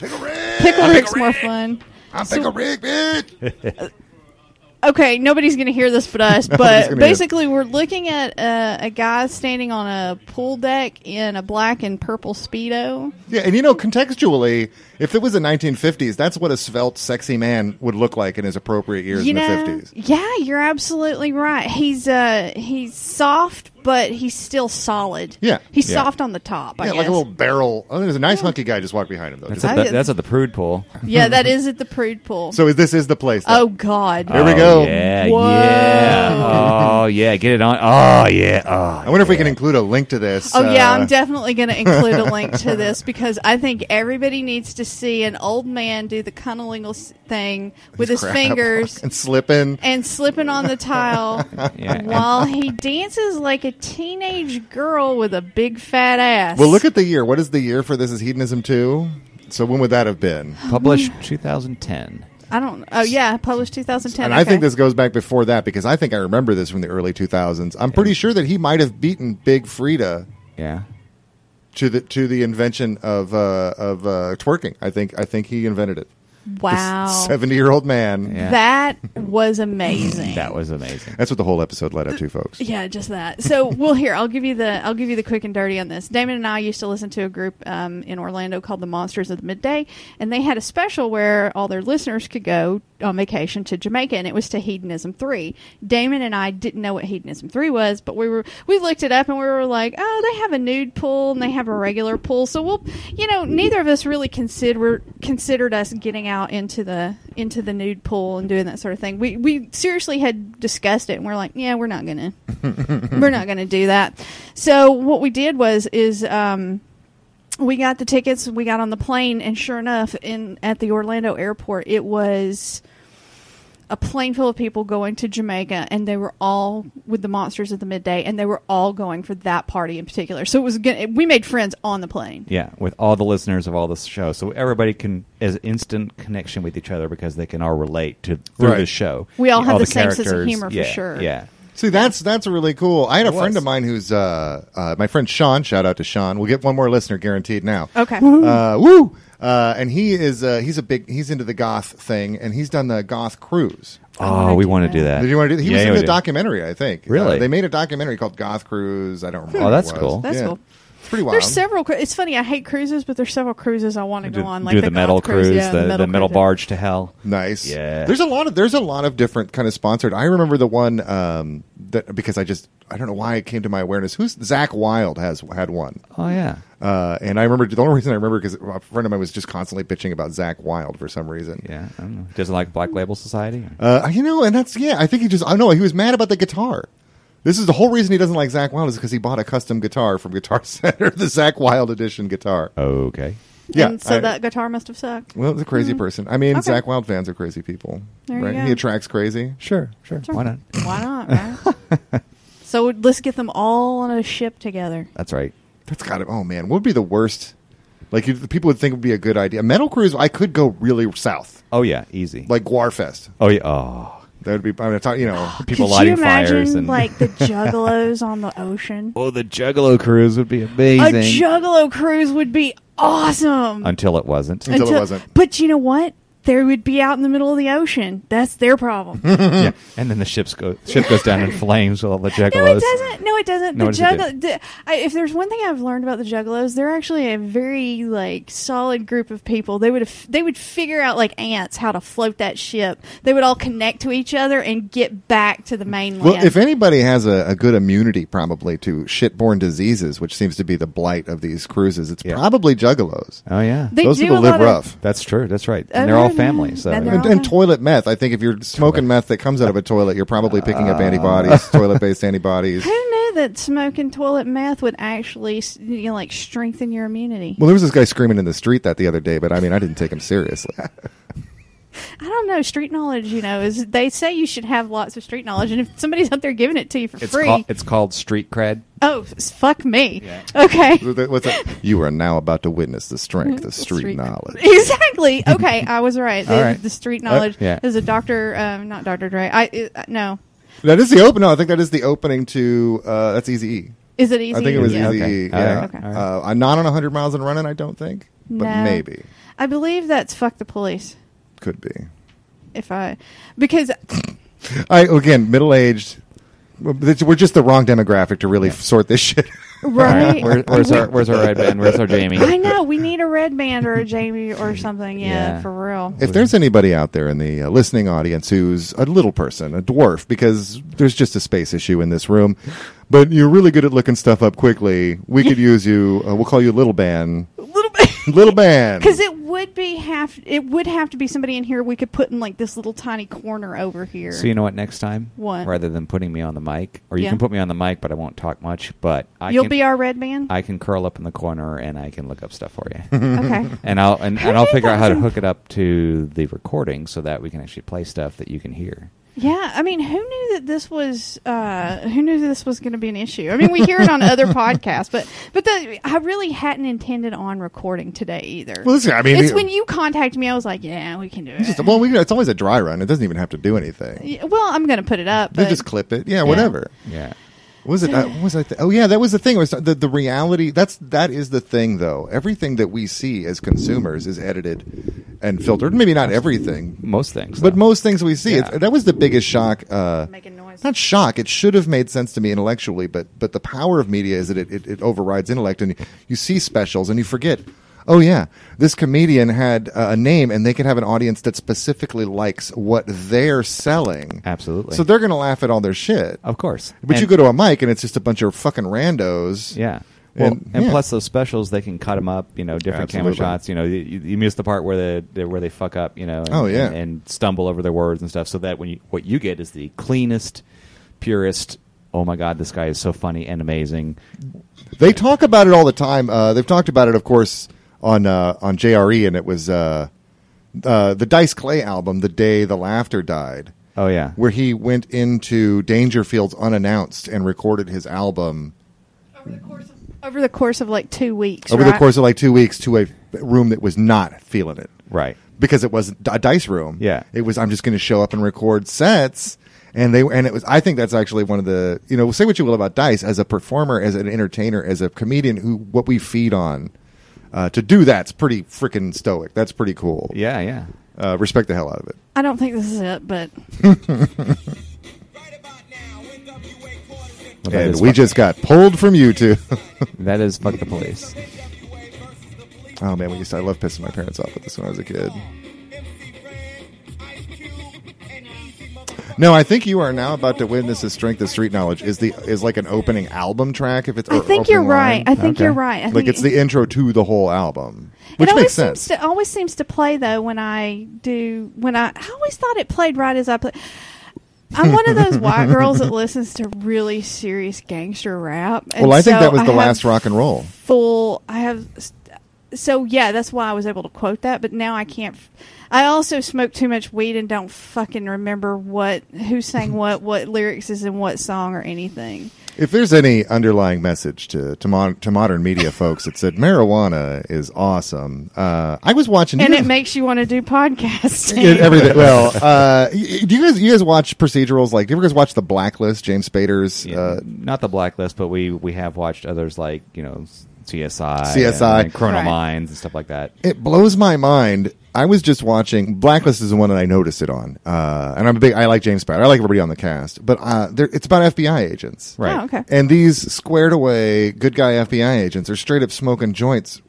Speaker 3: Pickle Rick.
Speaker 1: Pickle Rick's more fun.
Speaker 3: I'm Pickle Rick, bitch.
Speaker 1: okay, nobody's going to hear this but us,
Speaker 3: Nobody's
Speaker 1: but
Speaker 3: gonna hear it.
Speaker 1: basically, we're looking at uh, a guy standing on a pool deck in a black and purple Speedo.
Speaker 3: Yeah, and you know, contextually, if it was the 1950s, that's what a svelte, sexy man would look like in his appropriate years
Speaker 1: You
Speaker 3: in the
Speaker 1: know,
Speaker 3: 50s.
Speaker 1: yeah, you're absolutely right. He's uh, he's soft, but he's still solid.
Speaker 3: Yeah.
Speaker 1: he's
Speaker 2: Yeah.
Speaker 1: soft on the top. I
Speaker 3: Yeah,
Speaker 1: guess.
Speaker 3: like a little barrel. Oh, there's a nice hunky guy just walked behind him though.
Speaker 2: That's at
Speaker 3: Just-
Speaker 1: I
Speaker 2: the,
Speaker 1: did.
Speaker 2: that's at the Prude pool.
Speaker 1: yeah, that is at the prude pool.
Speaker 3: so uh, is this is the place. though.
Speaker 1: oh God,
Speaker 3: Here we go.
Speaker 2: Oh, Yeah,
Speaker 1: Whoa.
Speaker 2: yeah. Oh yeah, get it on. Oh yeah.
Speaker 3: I
Speaker 2: Oh.
Speaker 3: wonder if we can include a link to this.
Speaker 1: Oh yeah,
Speaker 3: uh,
Speaker 1: I'm definitely going to include a link to this because I think everybody needs to see an old man do the cunnilingus thing with his
Speaker 3: crap.
Speaker 1: fingers
Speaker 3: and slipping.
Speaker 1: and slipping on the tile
Speaker 2: Yeah.
Speaker 1: while he dances like a teenage girl with a big fat ass.
Speaker 3: Well, look at the year. What is the year for this? Is hedonism too? So when would that have been?
Speaker 2: Published 2010.
Speaker 1: I don't. Oh yeah, published 2010.
Speaker 3: And I
Speaker 1: okay.
Speaker 3: think this goes back before that because I think I remember this from the early 2000s. I'm pretty sure that he might have beaten Big Frida
Speaker 2: Yeah.
Speaker 3: to the to the invention of uh, of uh, twerking. I think I think he invented it.
Speaker 1: Wow.
Speaker 3: seventy-year-old man.
Speaker 2: Yeah.
Speaker 1: That was amazing.
Speaker 2: That was amazing.
Speaker 3: That's what the whole episode led up to, folks.
Speaker 1: Yeah, just that. So, well, here I'll give you the I'll give you the quick and dirty on this. Damon and I used to listen to a group um, in Orlando called the Monsters of the Midday, and they had a special where all their listeners could go on vacation to Jamaica, and it was to Hedonism Three. Damon and I didn't know what Hedonism Three was, but we were we looked it up and we were like, oh, they have a nude pool and they have a regular pool, so we'll you know neither of us really consider considered us getting out into the into the nude pool and doing that sort of thing. We we seriously had discussed it, and we're like, yeah, we're not gonna
Speaker 2: Mm-hmm.
Speaker 1: we're not going to do that. So what we did was is um, we got the tickets, we got on the plane, and sure enough, in at the Orlando airport, it was a plane full of people going to Jamaica, and they were all with the monsters of the midday, and they were all going for that party in particular. So it was gonna, we made friends on the plane.
Speaker 2: Yeah, with all the listeners of all the show, so everybody can has instant connection with each other because they can all relate to through
Speaker 3: Right.
Speaker 2: the show.
Speaker 1: We all have the
Speaker 2: the
Speaker 1: same sense of
Speaker 2: characters.
Speaker 1: humor for
Speaker 2: Yeah,
Speaker 1: sure.
Speaker 2: Yeah,
Speaker 3: See, that's that's really cool. I had a
Speaker 2: It
Speaker 3: friend
Speaker 2: was.
Speaker 3: of mine who's uh, uh, my friend Sean. Shout out to Sean. We'll get one more listener guaranteed now.
Speaker 1: Okay.
Speaker 3: Uh, woo! Uh, and he is uh, he's a big he's into the goth thing, and he's done the goth cruise.
Speaker 2: Oh, we want to do that.
Speaker 3: Did you want to do? that? He
Speaker 2: Yeah,
Speaker 3: was in
Speaker 2: we
Speaker 3: the
Speaker 2: do.
Speaker 3: documentary, I think.
Speaker 2: Really?
Speaker 3: Uh, they made a documentary called Goth Cruise. I don't remember.
Speaker 2: Oh,
Speaker 3: what
Speaker 2: that's
Speaker 3: it was.
Speaker 2: cool.
Speaker 1: That's
Speaker 3: Yeah.
Speaker 1: cool.
Speaker 3: It's pretty wild.
Speaker 1: There's several. cru- It's funny. I hate cruises, but there's several cruises I want to
Speaker 2: Do,
Speaker 1: go on. Like
Speaker 2: do the, metal
Speaker 1: Goth cruise, yeah,
Speaker 2: the, the metal
Speaker 1: cruise.
Speaker 2: barge to hell.
Speaker 3: Nice.
Speaker 2: Yeah.
Speaker 3: There's a lot of there's a lot of different kind of sponsored. I remember the one um, that because I just I don't know why it came to my awareness. Who's Zach Wild has had one.
Speaker 2: Oh yeah.
Speaker 3: Uh, and I remember the only reason I remember because a friend of mine was just constantly bitching about Zach Wild for some reason.
Speaker 2: Yeah, I don't know. Doesn't like Black Label Society.
Speaker 3: Uh, you know, and that's yeah. I think he just I know he was mad about the guitar. This is the whole reason he doesn't like Zach Wild is because he bought a custom guitar from Guitar Center, the Zach Wild edition guitar.
Speaker 2: Okay.
Speaker 3: Yeah,
Speaker 1: and so
Speaker 3: I-
Speaker 1: that guitar must have sucked.
Speaker 3: Well, it's a crazy person. I mean,
Speaker 1: Okay.
Speaker 3: Zach Wild fans are crazy people,
Speaker 1: There you
Speaker 3: right?
Speaker 1: go.
Speaker 3: He attracts crazy.
Speaker 2: Sure, sure. Why not?
Speaker 1: Why not? Right? so let's get them all on a ship together.
Speaker 2: That's right.
Speaker 3: That's got to. Oh man, what would be the worst? Like you, people would think would be a good idea. Metal cruise. I could go really south,
Speaker 2: Oh yeah, easy.
Speaker 3: like Guarfest.
Speaker 2: oh yeah. Oh,
Speaker 3: That would be. I mean, it's not- you know,
Speaker 2: people
Speaker 1: Could
Speaker 2: lighting
Speaker 1: you imagine,
Speaker 2: fires and
Speaker 1: like the juggalos on the ocean?
Speaker 2: oh, the Juggalo cruise would be
Speaker 1: A
Speaker 2: amazing
Speaker 1: juggalo cruise would be awesome.
Speaker 2: until it wasn't.
Speaker 3: Until it wasn't.
Speaker 1: But you know what? They would be out in the middle of the ocean. That's their problem. no,
Speaker 2: yeah. And then the ship's go, ship goes down in flames with all the
Speaker 1: Mm.
Speaker 2: Juggalos.
Speaker 1: it doesn't. No, it doesn't.
Speaker 2: No,
Speaker 1: the
Speaker 2: it doesn't do
Speaker 1: juggalo. The, I, if there's one thing I've learned about the juggalos, they're actually a very like solid group of people. They would have. They would figure out like ants how to float that ship. They would all connect to each other and get back to the mainland.
Speaker 3: Well, if anybody has a, a good immunity, probably to shitborne diseases, which seems to be the blight of these cruises, it's
Speaker 2: Yeah.
Speaker 3: probably juggalos.
Speaker 2: Oh yeah.
Speaker 1: They
Speaker 3: Those
Speaker 1: do
Speaker 3: people
Speaker 1: a
Speaker 3: live
Speaker 1: lot of-
Speaker 3: rough.
Speaker 2: That's true. That's right.
Speaker 1: Oh,
Speaker 2: And they're all
Speaker 1: yeah,
Speaker 2: family.
Speaker 1: yeah.
Speaker 2: So
Speaker 1: And they're
Speaker 3: And,
Speaker 1: all-
Speaker 3: and toilet meth. I think if you're smoking meth that comes out of a toilet, you're probably picking up antibodies, toilet-based antibodies.
Speaker 1: Who knew that smoking toilet meth would actually, you know, like strengthen your immunity?
Speaker 3: Well, there was this guy screaming in the street that the other day, but I mean, I didn't take him seriously.
Speaker 1: I don't know. Street knowledge, you know, is they say you should have lots of street knowledge, and if somebody's out there giving it to you for
Speaker 2: it's,
Speaker 1: free,
Speaker 2: called, it's called street cred.
Speaker 1: oh s- fuck me. Okay,
Speaker 3: What's that? You are now about to witness the strength of street,
Speaker 1: Street-
Speaker 3: knowledge.
Speaker 1: exactly. Okay, I was right. The,
Speaker 2: All right.
Speaker 1: the street knowledge
Speaker 2: yeah.
Speaker 1: is a doctor, um, not Dr. Dre. I uh, no,
Speaker 3: That is the open. No, I think that is the opening to uh, that's Easy E.
Speaker 1: is it easy?
Speaker 3: I think it was
Speaker 1: Yeah.
Speaker 2: Okay.
Speaker 3: Easy E.
Speaker 2: All
Speaker 3: Yeah,
Speaker 2: right.
Speaker 1: Okay.
Speaker 3: uh, I'm not on 100 miles and running. I don't think, but
Speaker 1: No.
Speaker 3: maybe
Speaker 1: I believe that's fuck the police.
Speaker 3: could be.
Speaker 1: If I because
Speaker 3: I again middle aged. We're just the wrong demographic to really f sort this shit.
Speaker 1: right.
Speaker 2: Where, where's our Where's our red band? Where's our Jamie?
Speaker 1: I know we need a red band or a Jamie or something. Yeah,
Speaker 2: Yeah.
Speaker 1: for real.
Speaker 3: if there's anybody out there in the uh, listening audience who's a little person, a dwarf, because there's just a space issue in this room, but you're really good at looking stuff up quickly, we could use you. Uh, we'll call you Little Ban.
Speaker 1: little bit
Speaker 3: Little Ban.
Speaker 1: because it would be have it would have to be somebody in here we could put in like this little tiny corner over here.
Speaker 2: So you know what? Next time,
Speaker 1: What?
Speaker 2: rather than putting me on the mic, or you
Speaker 1: Yeah.
Speaker 2: can put me on the mic, but I won't talk much. But I
Speaker 1: You'll
Speaker 2: can,
Speaker 1: be our red man.
Speaker 2: I can curl up in the corner and I can look up stuff for you,
Speaker 1: okay.
Speaker 2: and I'll and,
Speaker 1: How
Speaker 2: and I'll
Speaker 1: did
Speaker 2: figure
Speaker 1: that
Speaker 2: out how to
Speaker 1: happen?
Speaker 2: hook it up to the recording so that we can actually play stuff that you can hear.
Speaker 1: Yeah, I mean, who knew that this was uh, who knew this was going to be an issue? I mean, we hear it on other podcasts, but but the, I really hadn't intended on recording today either.
Speaker 3: Well, listen, I mean,
Speaker 1: it's
Speaker 3: it-
Speaker 1: when you contact me, I was like, yeah, we can do it.
Speaker 3: Well, we, it's always a dry run. It doesn't even have to do anything.
Speaker 1: Yeah, well, I'm going to put it up.
Speaker 3: They
Speaker 1: but-
Speaker 3: just clip it. Yeah, whatever.
Speaker 2: Yeah.
Speaker 3: What was it? Uh, what was I? Th- oh yeah, that was the thing. It was the, the reality. That's that is the thing, though. Everything that we see as consumers is edited and filtered. Maybe not everything,
Speaker 2: Most things.
Speaker 3: but
Speaker 2: though.
Speaker 3: most things we see. It's,
Speaker 2: Yeah.
Speaker 3: that was the biggest shock. Uh,
Speaker 1: Making noise.
Speaker 3: not shock. It should have made sense to me intellectually, but but the power of media is that it, it, it overrides intellect, and you see specials and you forget. Oh yeah, this comedian had uh, a name, and they can have an audience that specifically likes what they're selling.
Speaker 2: Absolutely.
Speaker 3: So they're going to laugh at all their shit.
Speaker 2: Of course.
Speaker 3: But
Speaker 2: And-
Speaker 3: you go to a mic, and it's just a bunch of fucking randos.
Speaker 2: Yeah. Well,
Speaker 3: And-
Speaker 2: and,
Speaker 3: yeah.
Speaker 2: plus those specials, they can cut them up. You know, different
Speaker 3: Absolutely.
Speaker 2: camera shots. You know, you, you miss the part where the, the where they fuck up. You know, and,
Speaker 3: Oh, yeah.
Speaker 2: and, and stumble over their words and stuff. So that when you what you get is the cleanest, purest. Oh my God, this guy is so funny and amazing.
Speaker 3: They talk about it all the time. Uh, they've talked about it, of course, on uh, on JRE, and it was uh, uh, the Dice Clay album, "The Day the Laughter Died,"
Speaker 2: Oh yeah,
Speaker 3: where he went into Dangerfields unannounced and recorded his album
Speaker 1: Over the course of, over the course of like two weeks.
Speaker 3: over the
Speaker 1: right?
Speaker 3: course of like two weeks to a room that was not feeling it
Speaker 2: right.
Speaker 3: because it wasn't a dice room.
Speaker 2: Yeah.
Speaker 3: it was. I'm just going to show up and record sets. And they and it was. I think that's actually one of the you know say what you will about dice as a performer, as an entertainer, as a comedian. Who what we feed on uh, to do that's pretty freaking stoic. That's pretty cool.
Speaker 2: Yeah, yeah.
Speaker 3: uh, respect the hell out of it.
Speaker 1: I don't think this is it, but
Speaker 5: Right about now, NWA quarters and
Speaker 2: Well, that
Speaker 3: And
Speaker 2: is
Speaker 3: we
Speaker 2: fuck-
Speaker 3: just got pulled from YouTube.
Speaker 2: that is fuck the police.
Speaker 3: uh,
Speaker 5: NWA versus the police.
Speaker 3: oh man, we used to, I love pissing my parents off with this when I was a kid.
Speaker 5: MC Ren, Ice Cube, and Easy Motherfucker.
Speaker 3: No, I think you are now about to witness the strength of street knowledge. Is the is like an opening album track? If it's
Speaker 1: I
Speaker 3: or
Speaker 1: think you're
Speaker 3: opening line.
Speaker 1: right. I think
Speaker 2: Okay.
Speaker 1: you're right. I
Speaker 3: like
Speaker 1: think
Speaker 3: it's the intro to the whole album,
Speaker 1: It
Speaker 3: which
Speaker 1: always
Speaker 3: makes sense.
Speaker 1: Seems to, always seems to play though when I do when I, I always thought it played right as I play. I'm one of those white girls that listens to really serious gangster rap. and
Speaker 3: well, I think
Speaker 1: so
Speaker 3: that was
Speaker 1: I
Speaker 3: the
Speaker 1: have
Speaker 3: last rock and roll.
Speaker 1: Full. I have. So yeah, that's why I was able to quote that. But now I can't. f- I also smoke too much weed and don't fucking remember what who sang what, what lyrics is in what song or anything.
Speaker 3: If there's any underlying message to to, mon- to modern media folks that said marijuana is awesome, uh, I was watching
Speaker 1: And
Speaker 3: you-
Speaker 1: it makes you want to do podcasting.
Speaker 3: it- everything. Well, uh, y- y- do you guys you guys watch procedurals? Like, do you guys watch The Blacklist? James Spader's
Speaker 2: Yeah,
Speaker 3: uh,
Speaker 2: Not the blacklist, but we we have watched others like you know CSI,
Speaker 3: CSI.
Speaker 2: and, and Chrono
Speaker 1: Right.
Speaker 2: Minds, and stuff like that.
Speaker 3: it blows my mind. I was just watching Blacklist is the one that I noticed it on, uh, and I'm a big. I like James Spader. I like everybody on the cast, but uh, there- it's about FBI agents,
Speaker 2: Right.
Speaker 1: Oh, okay.
Speaker 3: And these squared away good guy FBI agents are straight up smoking joints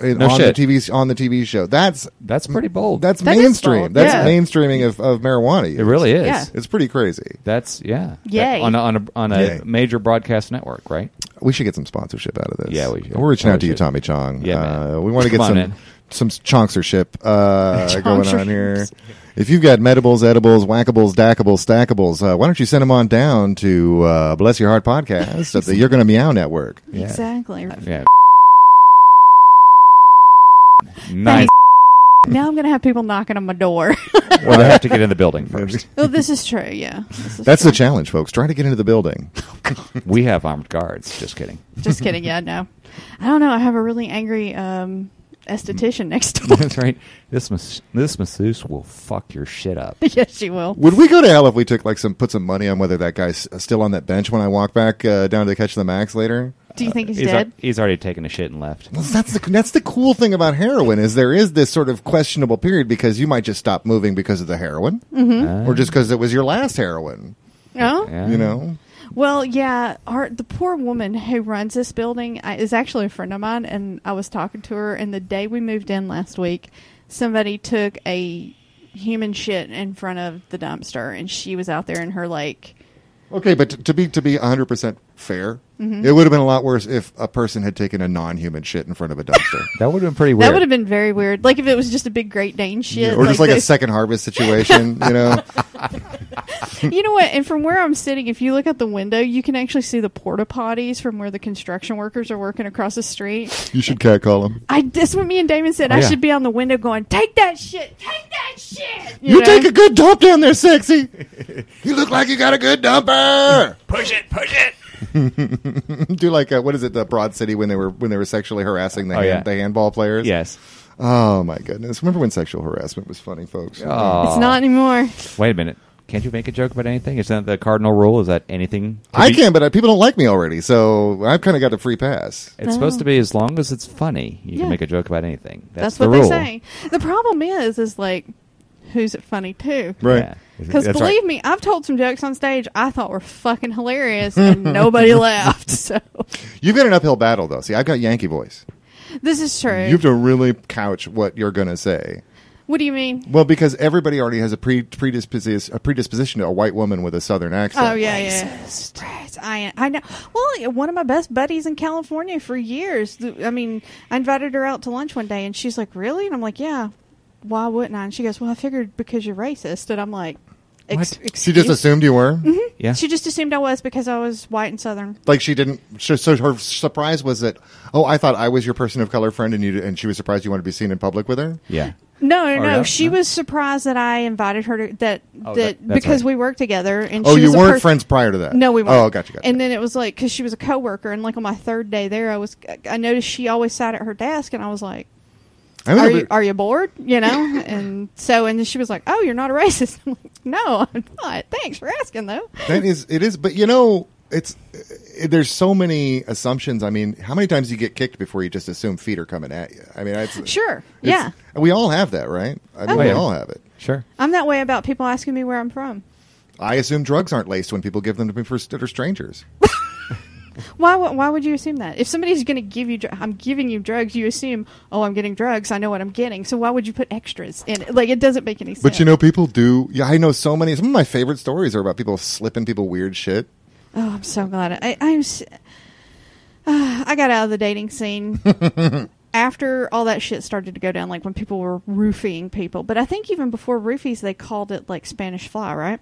Speaker 3: in,
Speaker 2: No
Speaker 3: on
Speaker 2: shit.
Speaker 3: the TV on the TV show. That's
Speaker 2: That's pretty bold.
Speaker 3: that's
Speaker 1: That is
Speaker 3: mainstream.
Speaker 1: bold,
Speaker 3: That's
Speaker 1: yeah.
Speaker 3: mainstreaming of, of marijuana.
Speaker 2: it. Really is.
Speaker 1: Yeah.
Speaker 3: It's pretty crazy.
Speaker 2: That's yeah.
Speaker 1: Yay.
Speaker 2: That- on a, on a on a
Speaker 3: Yay.
Speaker 2: major broadcast network, right?
Speaker 3: We should get some sponsorship out of this.
Speaker 2: Yeah, we should.
Speaker 3: We're reaching
Speaker 2: Yeah, we
Speaker 3: out to you,
Speaker 2: should.
Speaker 3: Tommy Chong.
Speaker 2: Yeah,
Speaker 3: uh,
Speaker 2: man.
Speaker 3: we want to get
Speaker 2: Come on
Speaker 3: some
Speaker 2: in.
Speaker 3: some sponsorship uh, going on
Speaker 1: Sponsorships.
Speaker 3: here. If you've got medibles, edibles, whackables, dackables, stackables, uh, why don't you send them on down to uh, Bless Your Heart podcast at the You're Gonna Meow Network?
Speaker 2: Yeah.
Speaker 1: Exactly.
Speaker 2: Yeah. Nice.
Speaker 1: Now I'm gonna have people knocking on my door.
Speaker 2: Well, they have to get in the building first.
Speaker 1: well, this is true. Yeah, This is
Speaker 3: That's
Speaker 1: true.
Speaker 3: the challenge, folks. Try to get into the building.
Speaker 2: Oh, We have armed guards. Just kidding.
Speaker 1: Just kidding. Yeah, no. I don't know. I have a really angry um, esthetician next door.
Speaker 2: That's right. This mas- this masseuse will fuck your shit up.
Speaker 1: yes, she will.
Speaker 3: Would we go to hell if we took like some put some money on whether that guy's uh, still on that bench when I walk back uh, down to catch the max later?
Speaker 1: Do you think he's,
Speaker 2: al-
Speaker 1: dead?
Speaker 2: he's already taken a shit and left.
Speaker 3: Well, that's the that's the cool thing about heroin is there is this sort of questionable period because you might just stop moving because of the heroin,
Speaker 1: Mm-hmm.
Speaker 2: Uh,
Speaker 3: or just because it was your last heroin.
Speaker 1: No.
Speaker 2: yeah.
Speaker 3: You know,
Speaker 1: Well, yeah. Our, the poor woman who runs this building I, is actually a friend of mine, and I was talking to her. And the day we moved in last week, somebody took a human shit in front of the dumpster, and she was out there in her like.
Speaker 3: okay, but t- to be to be one hundred percent fair, it would have been a lot worse if a person had taken a non-human shit in front of a dumpster,
Speaker 2: That would have been pretty weird.
Speaker 1: That would have been very weird. Like if it was just a big Great Dane shit,
Speaker 3: or just like a
Speaker 1: those-
Speaker 3: second harvest situation. You know,
Speaker 1: You know what? And from where I'm sitting, if you look out the window, you can actually see the porta potties from where the construction workers are working across the street.
Speaker 3: you should catcall him.
Speaker 1: I that's what me and Damon said.
Speaker 2: Oh,
Speaker 1: I
Speaker 2: yeah.
Speaker 1: should be on the window going, "Take that shit! Take that shit!"
Speaker 3: You,
Speaker 1: know?
Speaker 3: take a good dump down there, sexy. you look like you got a good dumper.
Speaker 4: Push it, push it.
Speaker 3: Do like uh what is it? The Broad City when they were when they were sexually harassing the
Speaker 2: Oh,
Speaker 3: hand,
Speaker 2: yeah.
Speaker 3: the handball players.
Speaker 2: yes.
Speaker 3: Oh my goodness! Remember when sexual harassment was funny, folks?
Speaker 2: Oh.
Speaker 1: It's not anymore.
Speaker 2: Wait a minute. Can't you make a joke about anything? Is that the cardinal rule? Is that anything? could
Speaker 3: I
Speaker 2: be-
Speaker 3: can, but uh, people don't like me already, so I've kind of got a free pass.
Speaker 2: It's supposed
Speaker 1: Oh.
Speaker 2: to be as long as it's funny, you
Speaker 1: Yeah.
Speaker 2: can make a joke about anything. That's,
Speaker 1: That's,
Speaker 2: the
Speaker 1: what they
Speaker 2: rule.
Speaker 1: say. The problem is, is like, who's it funny to?
Speaker 2: Right.
Speaker 1: Because
Speaker 2: That's
Speaker 1: believe
Speaker 2: right.
Speaker 1: me, I've told some jokes on stage I thought were fucking hilarious and nobody laughed. So
Speaker 3: You've got an uphill battle, though. See, I've got Yankee voice.
Speaker 1: this is true.
Speaker 3: You have to really couch what you're going to say.
Speaker 1: what do you mean?
Speaker 3: Well, because everybody already has a pre predisposition, a predisposition to a white woman with a southern accent.
Speaker 1: Oh yeah, yeah. Right. I I know. Well, one of my best buddies in California for years. th- I mean, I invited her out to lunch one day, and she's like, "Really?" And I'm like, "Yeah." Why wouldn't I? And she goes, "Well, I figured because you're racist." And I'm like, Ex-
Speaker 2: What?
Speaker 1: Excuse?
Speaker 3: She just assumed you were.
Speaker 1: Mm-hmm.
Speaker 2: Yeah.
Speaker 1: She just assumed I was because I was white and southern.
Speaker 3: Like she didn't. So, so her surprise was that. Oh, I thought I was your person of color friend, and you. And she was surprised you wanted to be seen in public with her.
Speaker 2: yeah.
Speaker 1: No, no,
Speaker 2: Oh,
Speaker 1: no.
Speaker 2: yeah?
Speaker 1: She
Speaker 2: No?
Speaker 1: was surprised that I invited her to that
Speaker 2: Oh,
Speaker 1: that,
Speaker 2: that- that's
Speaker 1: because
Speaker 2: right.
Speaker 1: we worked together and
Speaker 3: Oh,
Speaker 1: she
Speaker 3: you
Speaker 1: was a
Speaker 3: weren't
Speaker 1: pers-
Speaker 3: friends prior to that.
Speaker 1: No, we weren't.
Speaker 3: Oh, gotcha, gotcha.
Speaker 1: And then it was like because she was a coworker, and like on my third day there, I was I noticed she always sat at her desk, and I was like,
Speaker 3: I
Speaker 1: "Are
Speaker 3: remember-
Speaker 1: you are you bored?" You know, and so and then she was like, "Oh, you're not a racist." I'm like, "No, I'm not. Thanks for asking, though."
Speaker 3: That is, it is, but you know, it's uh, there's so many assumptions. I mean, how many times do you get kicked before you just assume feet are coming at you? I mean, that's,
Speaker 1: Sure,
Speaker 3: it's-
Speaker 1: yeah,
Speaker 3: we all have that, right? I mean,
Speaker 1: Oh,
Speaker 3: we
Speaker 2: yeah.
Speaker 3: all have it.
Speaker 2: Sure.
Speaker 1: I'm that way about people asking me where I'm from.
Speaker 3: I assume drugs aren't laced when people give them to me for that are strangers.
Speaker 1: Why? would- Why would you assume that? If somebody's going to give you, dr- I'm giving you drugs. You assume, oh, I'm getting drugs. I know what I'm getting. So why would you put extras in? it? Like it doesn't make any sense.
Speaker 3: But you know, people do. Yeah, I know so many. Some of my favorite stories are about people slipping people weird shit.
Speaker 1: Oh, I'm so glad. I, I'm. s- Ah, I got out of the dating scene after all that shit started to go down, like when people were roofing people. But I think even before roofies, they called it like Spanish fly, right?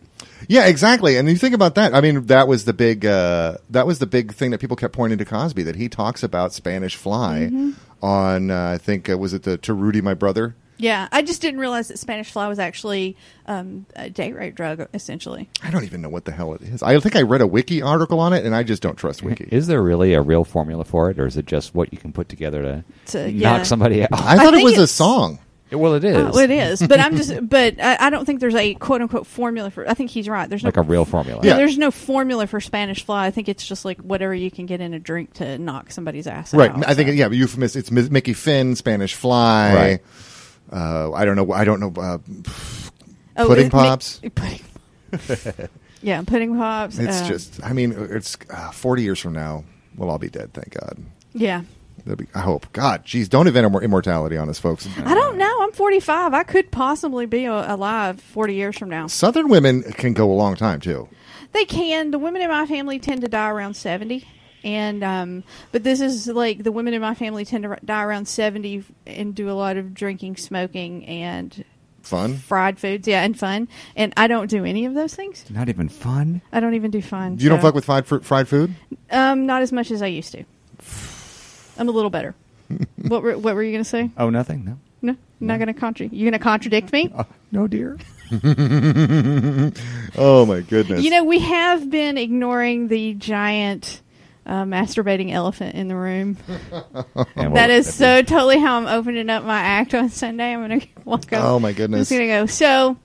Speaker 3: Yeah, exactly. And you think about that. I mean, that was the big uh, that was the big thing that people kept pointing to Cosby that he talks about Spanish Fly
Speaker 1: Mm-hmm.
Speaker 3: on. Uh, I think uh, was it the To Rudy My Brother.
Speaker 1: Yeah, I just didn't realize that Spanish fly was actually um, a date rape drug, essentially.
Speaker 3: I don't even know what the hell it is. I think I read a wiki article on it, and I just don't trust wiki.
Speaker 2: Is there really a real formula for it, or is it just what you can put together to,
Speaker 1: To-
Speaker 2: knock
Speaker 1: yeah.
Speaker 2: somebody out?
Speaker 3: I thought it
Speaker 1: think
Speaker 3: was a
Speaker 1: it's-
Speaker 3: song.
Speaker 2: well, it is.
Speaker 1: Oh, it is, but I'm just, but I, I don't think there's a quote unquote formula for. I think he's right. There's no
Speaker 2: Like a real formula.
Speaker 1: Yeah,
Speaker 3: Yeah.
Speaker 1: there's no formula for Spanish fly. I think it's just like whatever you can get in a drink to knock somebody's ass
Speaker 3: Right.
Speaker 1: out.
Speaker 3: I think
Speaker 1: so.
Speaker 3: yeah, euphemist. It's Mi- Mickey Finn, Spanish Fly. Uh, I don't know. I don't know. Uh, Pudding
Speaker 1: Oh, it-
Speaker 3: pops.
Speaker 1: ma- pudding. yeah, pudding pops.
Speaker 3: it's
Speaker 1: uh,
Speaker 3: just. I mean, it's uh, forty years from now. We'll all be dead. Thank God.
Speaker 1: yeah.
Speaker 3: That'd be, I hope. God, geez, don't invent immor- immortality on us, folks.
Speaker 1: I don't know. I'm 45. I could possibly be a- alive 40 years from now.
Speaker 3: Southern women can go a long time too.
Speaker 1: They can. The women in my family tend to die around 70. And um, but this is like the women in my family tend to ri- die around 70 and do a lot of drinking, smoking, and
Speaker 3: Fun.
Speaker 1: fried foods. Yeah, and fun. And I don't do any of those things.
Speaker 2: Not even fun.
Speaker 1: I don't even do fun.
Speaker 3: You don't
Speaker 1: so-
Speaker 3: fuck with fried, fr- fried food.
Speaker 1: Um, not as much as I used to. I'm a little better. what were What were you gonna say?
Speaker 2: Oh, nothing. No.
Speaker 1: No, not gonna contradict. You gonna contradict me?
Speaker 3: Uh,
Speaker 2: No, dear.
Speaker 3: Oh my goodness.
Speaker 1: You know, we have been ignoring the giant uh, masturbating elephant in the room.
Speaker 2: And
Speaker 1: that
Speaker 2: we'll-
Speaker 1: is so totally how I'm opening up my act on Sunday. I'm gonna walk up.
Speaker 3: Oh, my
Speaker 1: I'm
Speaker 3: goodness.
Speaker 1: just gonna go. So.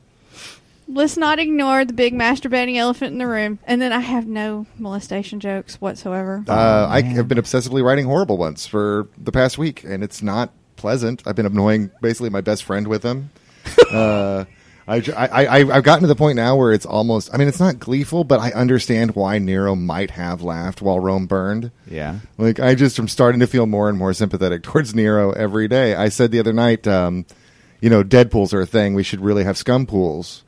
Speaker 1: Let's not ignore the big masturbating elephant in the room. And then I have no molestation jokes whatsoever.
Speaker 3: Uh, I
Speaker 2: man.
Speaker 3: have been obsessively writing horrible ones for the past week, and it's not pleasant. I've been annoying basically my best friend with them. uh, I, j- I, I, I've gotten to the point now where it's almost, I mean, it's not gleeful, but I understand why Nero might have laughed while Rome burned.
Speaker 2: Yeah.
Speaker 3: Like, I just am starting to feel more and more sympathetic towards Nero every day. I said the other night, um, you know, dead pools are a thing. We should really have scum pools.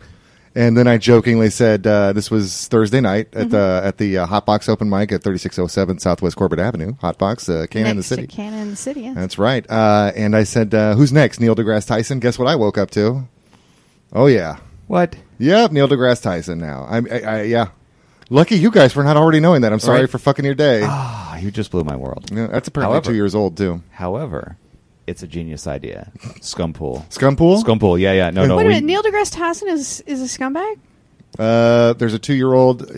Speaker 3: And then I jokingly said, uh, this was Thursday night at the at the uh, Hotbox open mic at 3607 Southwest Corbett Avenue. Hotbox, uh, Canaan in the
Speaker 1: Next
Speaker 3: City.
Speaker 1: to Cannon in the City. yes.
Speaker 3: That's right. Uh, and I said, uh, who's next? Neil deGrasse Tyson? Guess what I woke up to? Oh, yeah.
Speaker 2: What?
Speaker 3: Yep, Neil deGrasse Tyson now. I'm, I, I, yeah. Lucky you guys for not already knowing that. I'm sorry
Speaker 2: Right.
Speaker 3: for fucking your day.
Speaker 2: Ah, you just blew my world.
Speaker 3: Yeah, that's apparently
Speaker 2: However-
Speaker 3: two years old too.
Speaker 2: However, it's a genius idea. Scumpool.
Speaker 3: Scumpool.
Speaker 2: Scumpool. Yeah, yeah.
Speaker 3: oh,
Speaker 2: No, no.
Speaker 1: Wait a
Speaker 2: we-
Speaker 1: minute, Neil deGrasse Tyson is is a scumbag.
Speaker 3: Uh, there's a two-year-old.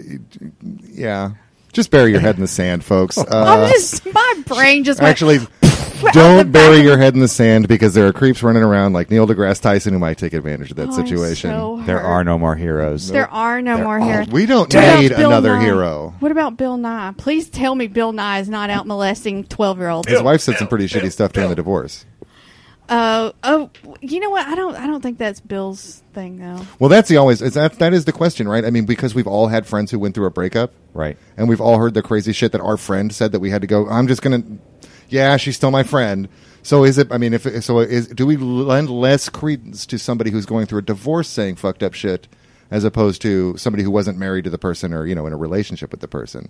Speaker 3: Yeah, just bury your head in the sand, folks. Uh,
Speaker 1: I'm just my brain just went,
Speaker 3: actually,
Speaker 1: put out the
Speaker 3: Don't
Speaker 1: back
Speaker 3: bury
Speaker 1: of-
Speaker 3: your head in the sand because there are creeps running around like Neil deGrasse Tyson who might take advantage of that
Speaker 1: Oh, I'm
Speaker 3: situation.
Speaker 1: so
Speaker 2: There
Speaker 1: hurt.
Speaker 2: are no more heroes.
Speaker 1: There are no more
Speaker 3: Oh,
Speaker 1: heroes.
Speaker 3: we don't
Speaker 1: What about
Speaker 3: need
Speaker 1: Bill
Speaker 3: another
Speaker 1: Nye?
Speaker 3: hero.
Speaker 1: What about Bill Nye? Please tell me Bill Nye is not out molesting twelve year olds.
Speaker 3: His wife said some pretty shitty stuff during the divorce.
Speaker 1: Uh, oh, you know what? I don't. I don't think that's Bill's thing though.
Speaker 3: Well, that's the always it's, that that is the question, right? I mean, because we've all had friends who went through a breakup,
Speaker 2: Right.
Speaker 3: And we've all heard the crazy shit that our friend said that we had to go. I'm just gonna, yeah, she's still my friend. So is it? I mean, if so, is do we lend less credence to somebody who's going through a divorce saying fucked up shit as opposed to somebody who wasn't married to the person or you know in a relationship with the person?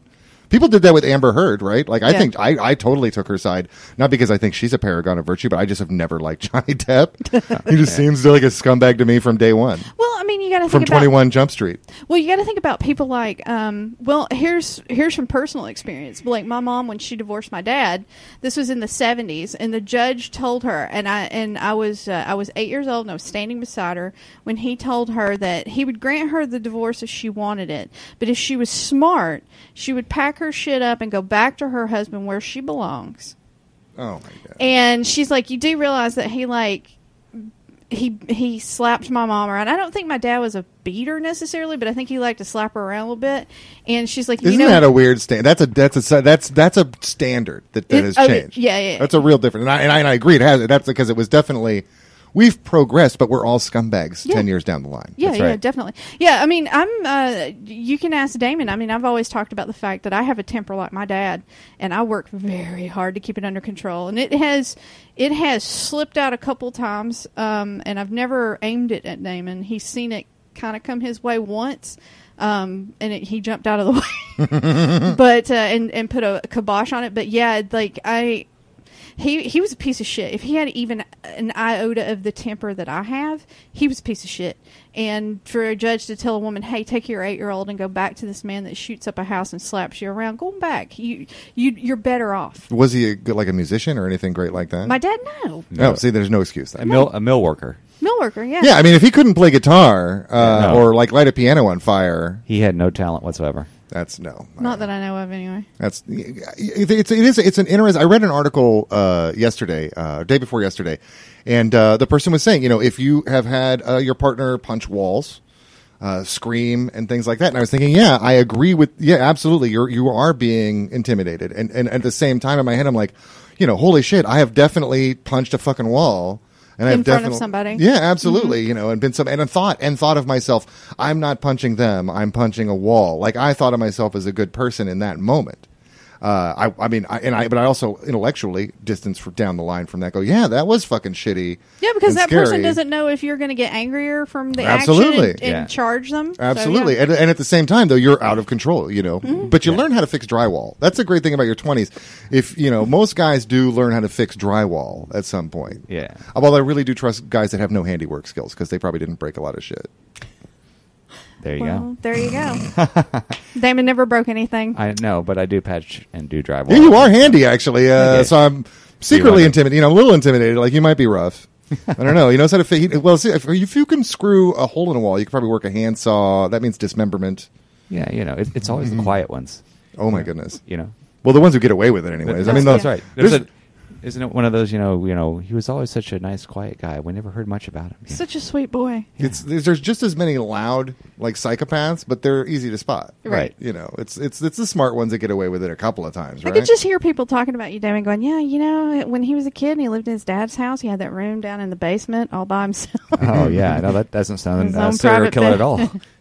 Speaker 3: People did that with Amber Heard, right? Like I
Speaker 1: Yeah.
Speaker 3: think I, I totally took her side, not because I think she's a paragon of virtue, but I just have never liked Johnny Depp. he just seems like a scumbag to me from day one
Speaker 1: Well, I mean, you got to
Speaker 3: from
Speaker 1: think about
Speaker 3: 21 Jump Street.
Speaker 1: Well, you got to think about people like, um, well, here's here's from personal experience. Like my mom, when she divorced my dad, this was in the '70s, and the judge told her, and I and I was uh, I was eight years old, and I was standing beside her when he told her that he would grant her the divorce if she wanted it, but if she was smart, she would pack her shit up and go back to her husband where she belongs.
Speaker 3: Oh my god.
Speaker 1: And she's like, "You do realize that he like he he slapped my mom around. I don't think my dad was a beater necessarily, but I think he liked to slap her around a little bit." And she's like, "You
Speaker 3: Isn't
Speaker 1: know,
Speaker 3: that a weird stand? That's a that's a that's that's a standard that, that
Speaker 1: It-
Speaker 3: has
Speaker 1: oh,
Speaker 3: changed.
Speaker 1: yeah, yeah, yeah.
Speaker 3: That's a real different. And I and I, and I agree. It has. That's because it was definitely we've progressed, but we're all scumbags
Speaker 1: Yeah.
Speaker 3: ten years down the line.
Speaker 1: yeah,
Speaker 2: That's
Speaker 1: yeah,
Speaker 2: right.
Speaker 1: definitely. Yeah, I mean, I'm. Uh, you can ask Damon. I mean, I've always talked about the fact that I have a temper like my dad, and I work very hard to keep it under control. And it has, it has slipped out a couple times, um, and I've never aimed it at Damon. He's seen it kind of come his way once, um, and it, he jumped out of the way, but uh, and and put a kibosh on it. But yeah, like I. He, he was a piece of shit. If he had even an iota of the temper that I have, he was a piece of shit. And for a judge to tell a woman, "Hey, take your eight year old and go back to this man that shoots up a house and slaps you around," going back, you you you're better off.
Speaker 3: Was he a, good- like a musician or anything great like that?
Speaker 1: My dad, no,
Speaker 3: no. See, there's no excuse
Speaker 2: A
Speaker 3: then.
Speaker 2: mill a mill worker.
Speaker 1: mill worker, yeah,
Speaker 3: Yeah, I mean, if he couldn't play guitar uh,
Speaker 2: No.
Speaker 3: or like light a piano on fire,
Speaker 2: He had no talent whatsoever.
Speaker 3: that's no.
Speaker 1: not that I know of anyway.
Speaker 3: That's it, it's it is it's an interesting. I read an article uh, yesterday, uh, day before yesterday, and uh, the person was saying, you know, if you have had uh, your partner punch walls, uh, scream, and things like that, and I was thinking, yeah, I agree with, yeah, absolutely, you're you are being intimidated, and and at the same time, in my head, I'm like, you know, holy shit, I have definitely punched a fucking wall. And
Speaker 1: In
Speaker 3: I've
Speaker 1: front of
Speaker 3: definitely-
Speaker 1: somebody. Mm-hmm.
Speaker 3: yeah, absolutely. You know, and been some and a thought and thought of myself, I'm not punching them. I'm punching a wall. Like I thought of myself as a good person in that moment. Uh, I, I mean, I, and I, but I also intellectually distance from down the line from that. Go, yeah, that was fucking shitty.
Speaker 1: Yeah, because
Speaker 3: and
Speaker 1: that person
Speaker 3: scary."
Speaker 1: doesn't know if you're going to get angrier from the action
Speaker 3: Absolutely.
Speaker 1: and, and
Speaker 2: Yeah.
Speaker 1: charge them. So, yeah.
Speaker 3: Absolutely, and, and at the same time, though, you're out of control. You know,
Speaker 2: Mm-hmm.
Speaker 3: but you learn how to fix drywall. That's the great thing about your 20s. If you know, most guys do learn how to fix drywall at some point.
Speaker 2: Yeah.
Speaker 3: Although I really do trust guys that have no handiwork skills because they probably didn't break a lot of shit.
Speaker 2: There you
Speaker 1: Well,
Speaker 2: go.
Speaker 1: there you go. Damon never broke anything.
Speaker 2: I know, but I do patch and do drywall.
Speaker 3: Yeah, you are handy actually. Uh,
Speaker 2: Okay.
Speaker 3: so I'm
Speaker 2: You
Speaker 3: secretly
Speaker 2: are.
Speaker 3: intimidated. You know, a little intimidated. Like you might be rough. I don't know. He knows how to fit. He, well, see, if, if you can screw a hole in a wall, you can probably work a handsaw. That means dismemberment.
Speaker 2: Yeah, you know, it, it's always the quiet ones.
Speaker 3: Oh my goodness.
Speaker 2: You know,
Speaker 3: Well, the ones who get away with it, anyways. I mean,
Speaker 2: that's
Speaker 3: the-
Speaker 2: right. There's
Speaker 3: there's-
Speaker 2: a, isn't it one of those? You know, you know, he was always such a nice, quiet guy. We never heard much about him. Yeah.
Speaker 1: Such a sweet boy.
Speaker 3: It's there's, there's just as many loud like psychopaths, but they're easy to spot.
Speaker 1: Right.
Speaker 3: You know, it's it's it's the smart ones that get away with it a couple of times,
Speaker 1: I
Speaker 3: right?
Speaker 1: could just hear people talking about you, Damon, going, Yeah, you know, when he was a kid and he lived in his dad's house, he had that room down in the basement all by himself
Speaker 2: oh yeah, no, that doesn't sound
Speaker 1: His
Speaker 2: uh,
Speaker 1: own
Speaker 2: serial
Speaker 1: private
Speaker 2: killer
Speaker 1: bed.
Speaker 2: at all.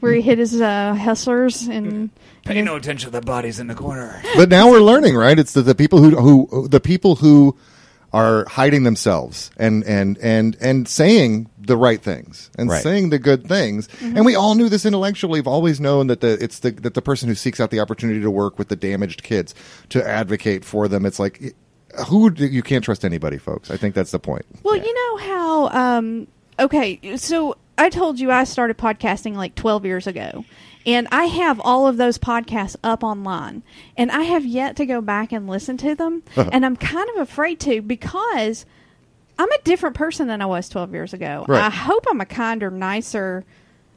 Speaker 1: where he hid his uh, hustlers. And
Speaker 2: Pay no attention to the bodies in the corner.
Speaker 3: but now we're learning, right? It's the, the people who who the people who are hiding themselves and and and and saying the right things and
Speaker 2: Right.
Speaker 3: saying the good things.
Speaker 1: Mm-hmm.
Speaker 3: And we all knew this intellectually. We've always known that the it's the that the person who seeks out the opportunity to work with the damaged kids to advocate for them. It's like it- who do- you can't trust anybody, folks. I think that's the point.
Speaker 1: well,
Speaker 2: Yeah.
Speaker 1: you know how, um, okay, so I told you I started podcasting like 12 years ago. And I have all of those podcasts up online. And I have yet to go back and listen to them. and I'm kind of afraid to because I'm a different person than I was 12 years ago.
Speaker 3: Right.
Speaker 1: I hope I'm a kinder, nicer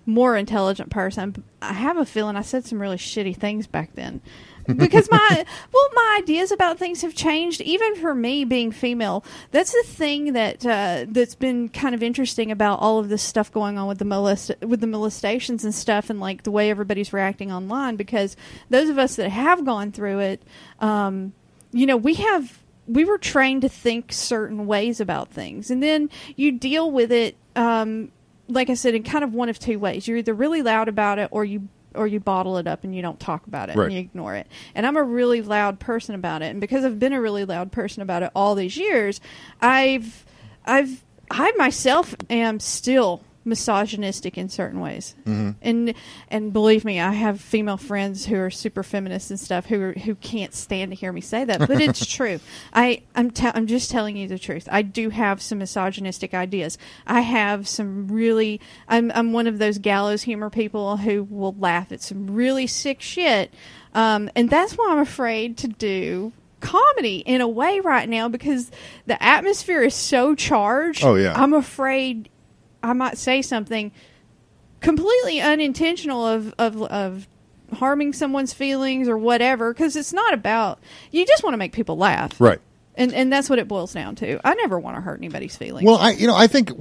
Speaker 1: more intelligent person. I have a feeling I said some really shitty things back then. because my well my ideas about things have changed even for me being female that's the thing that uh, that's been kind of interesting about all of this stuff going on with the molest with the molestations and stuff and like the way everybody's reacting online because those of us that have gone through it um, you know we have we were trained to think certain ways about things and then you deal with it um, like i said in kind of one of two ways you're either really loud about it or you or you bottle it up and you don't talk about it
Speaker 3: Right.
Speaker 1: and you ignore it and i'm a really loud person about it and because i've been a really loud person about it all these years i've i've i myself am still misogynistic in certain ways and and believe me i have female friends who are super feminists and stuff who are, who can't stand to hear me say that but it's true i i'm te- i'm just telling you the truth i do have some misogynistic ideas i have some really i'm i'm one of those gallows humor people who will laugh at some really sick shit um and that's why i'm afraid to do comedy in a way right now because the atmosphere is so charged
Speaker 3: Oh, yeah.
Speaker 1: i'm afraid i might say something completely unintentional of of of harming someone's feelings or whatever because it's not about you just want to make people laugh
Speaker 3: Right.
Speaker 1: and and that's what it boils down to i never want to hurt anybody's feelings
Speaker 3: Well, I you know I think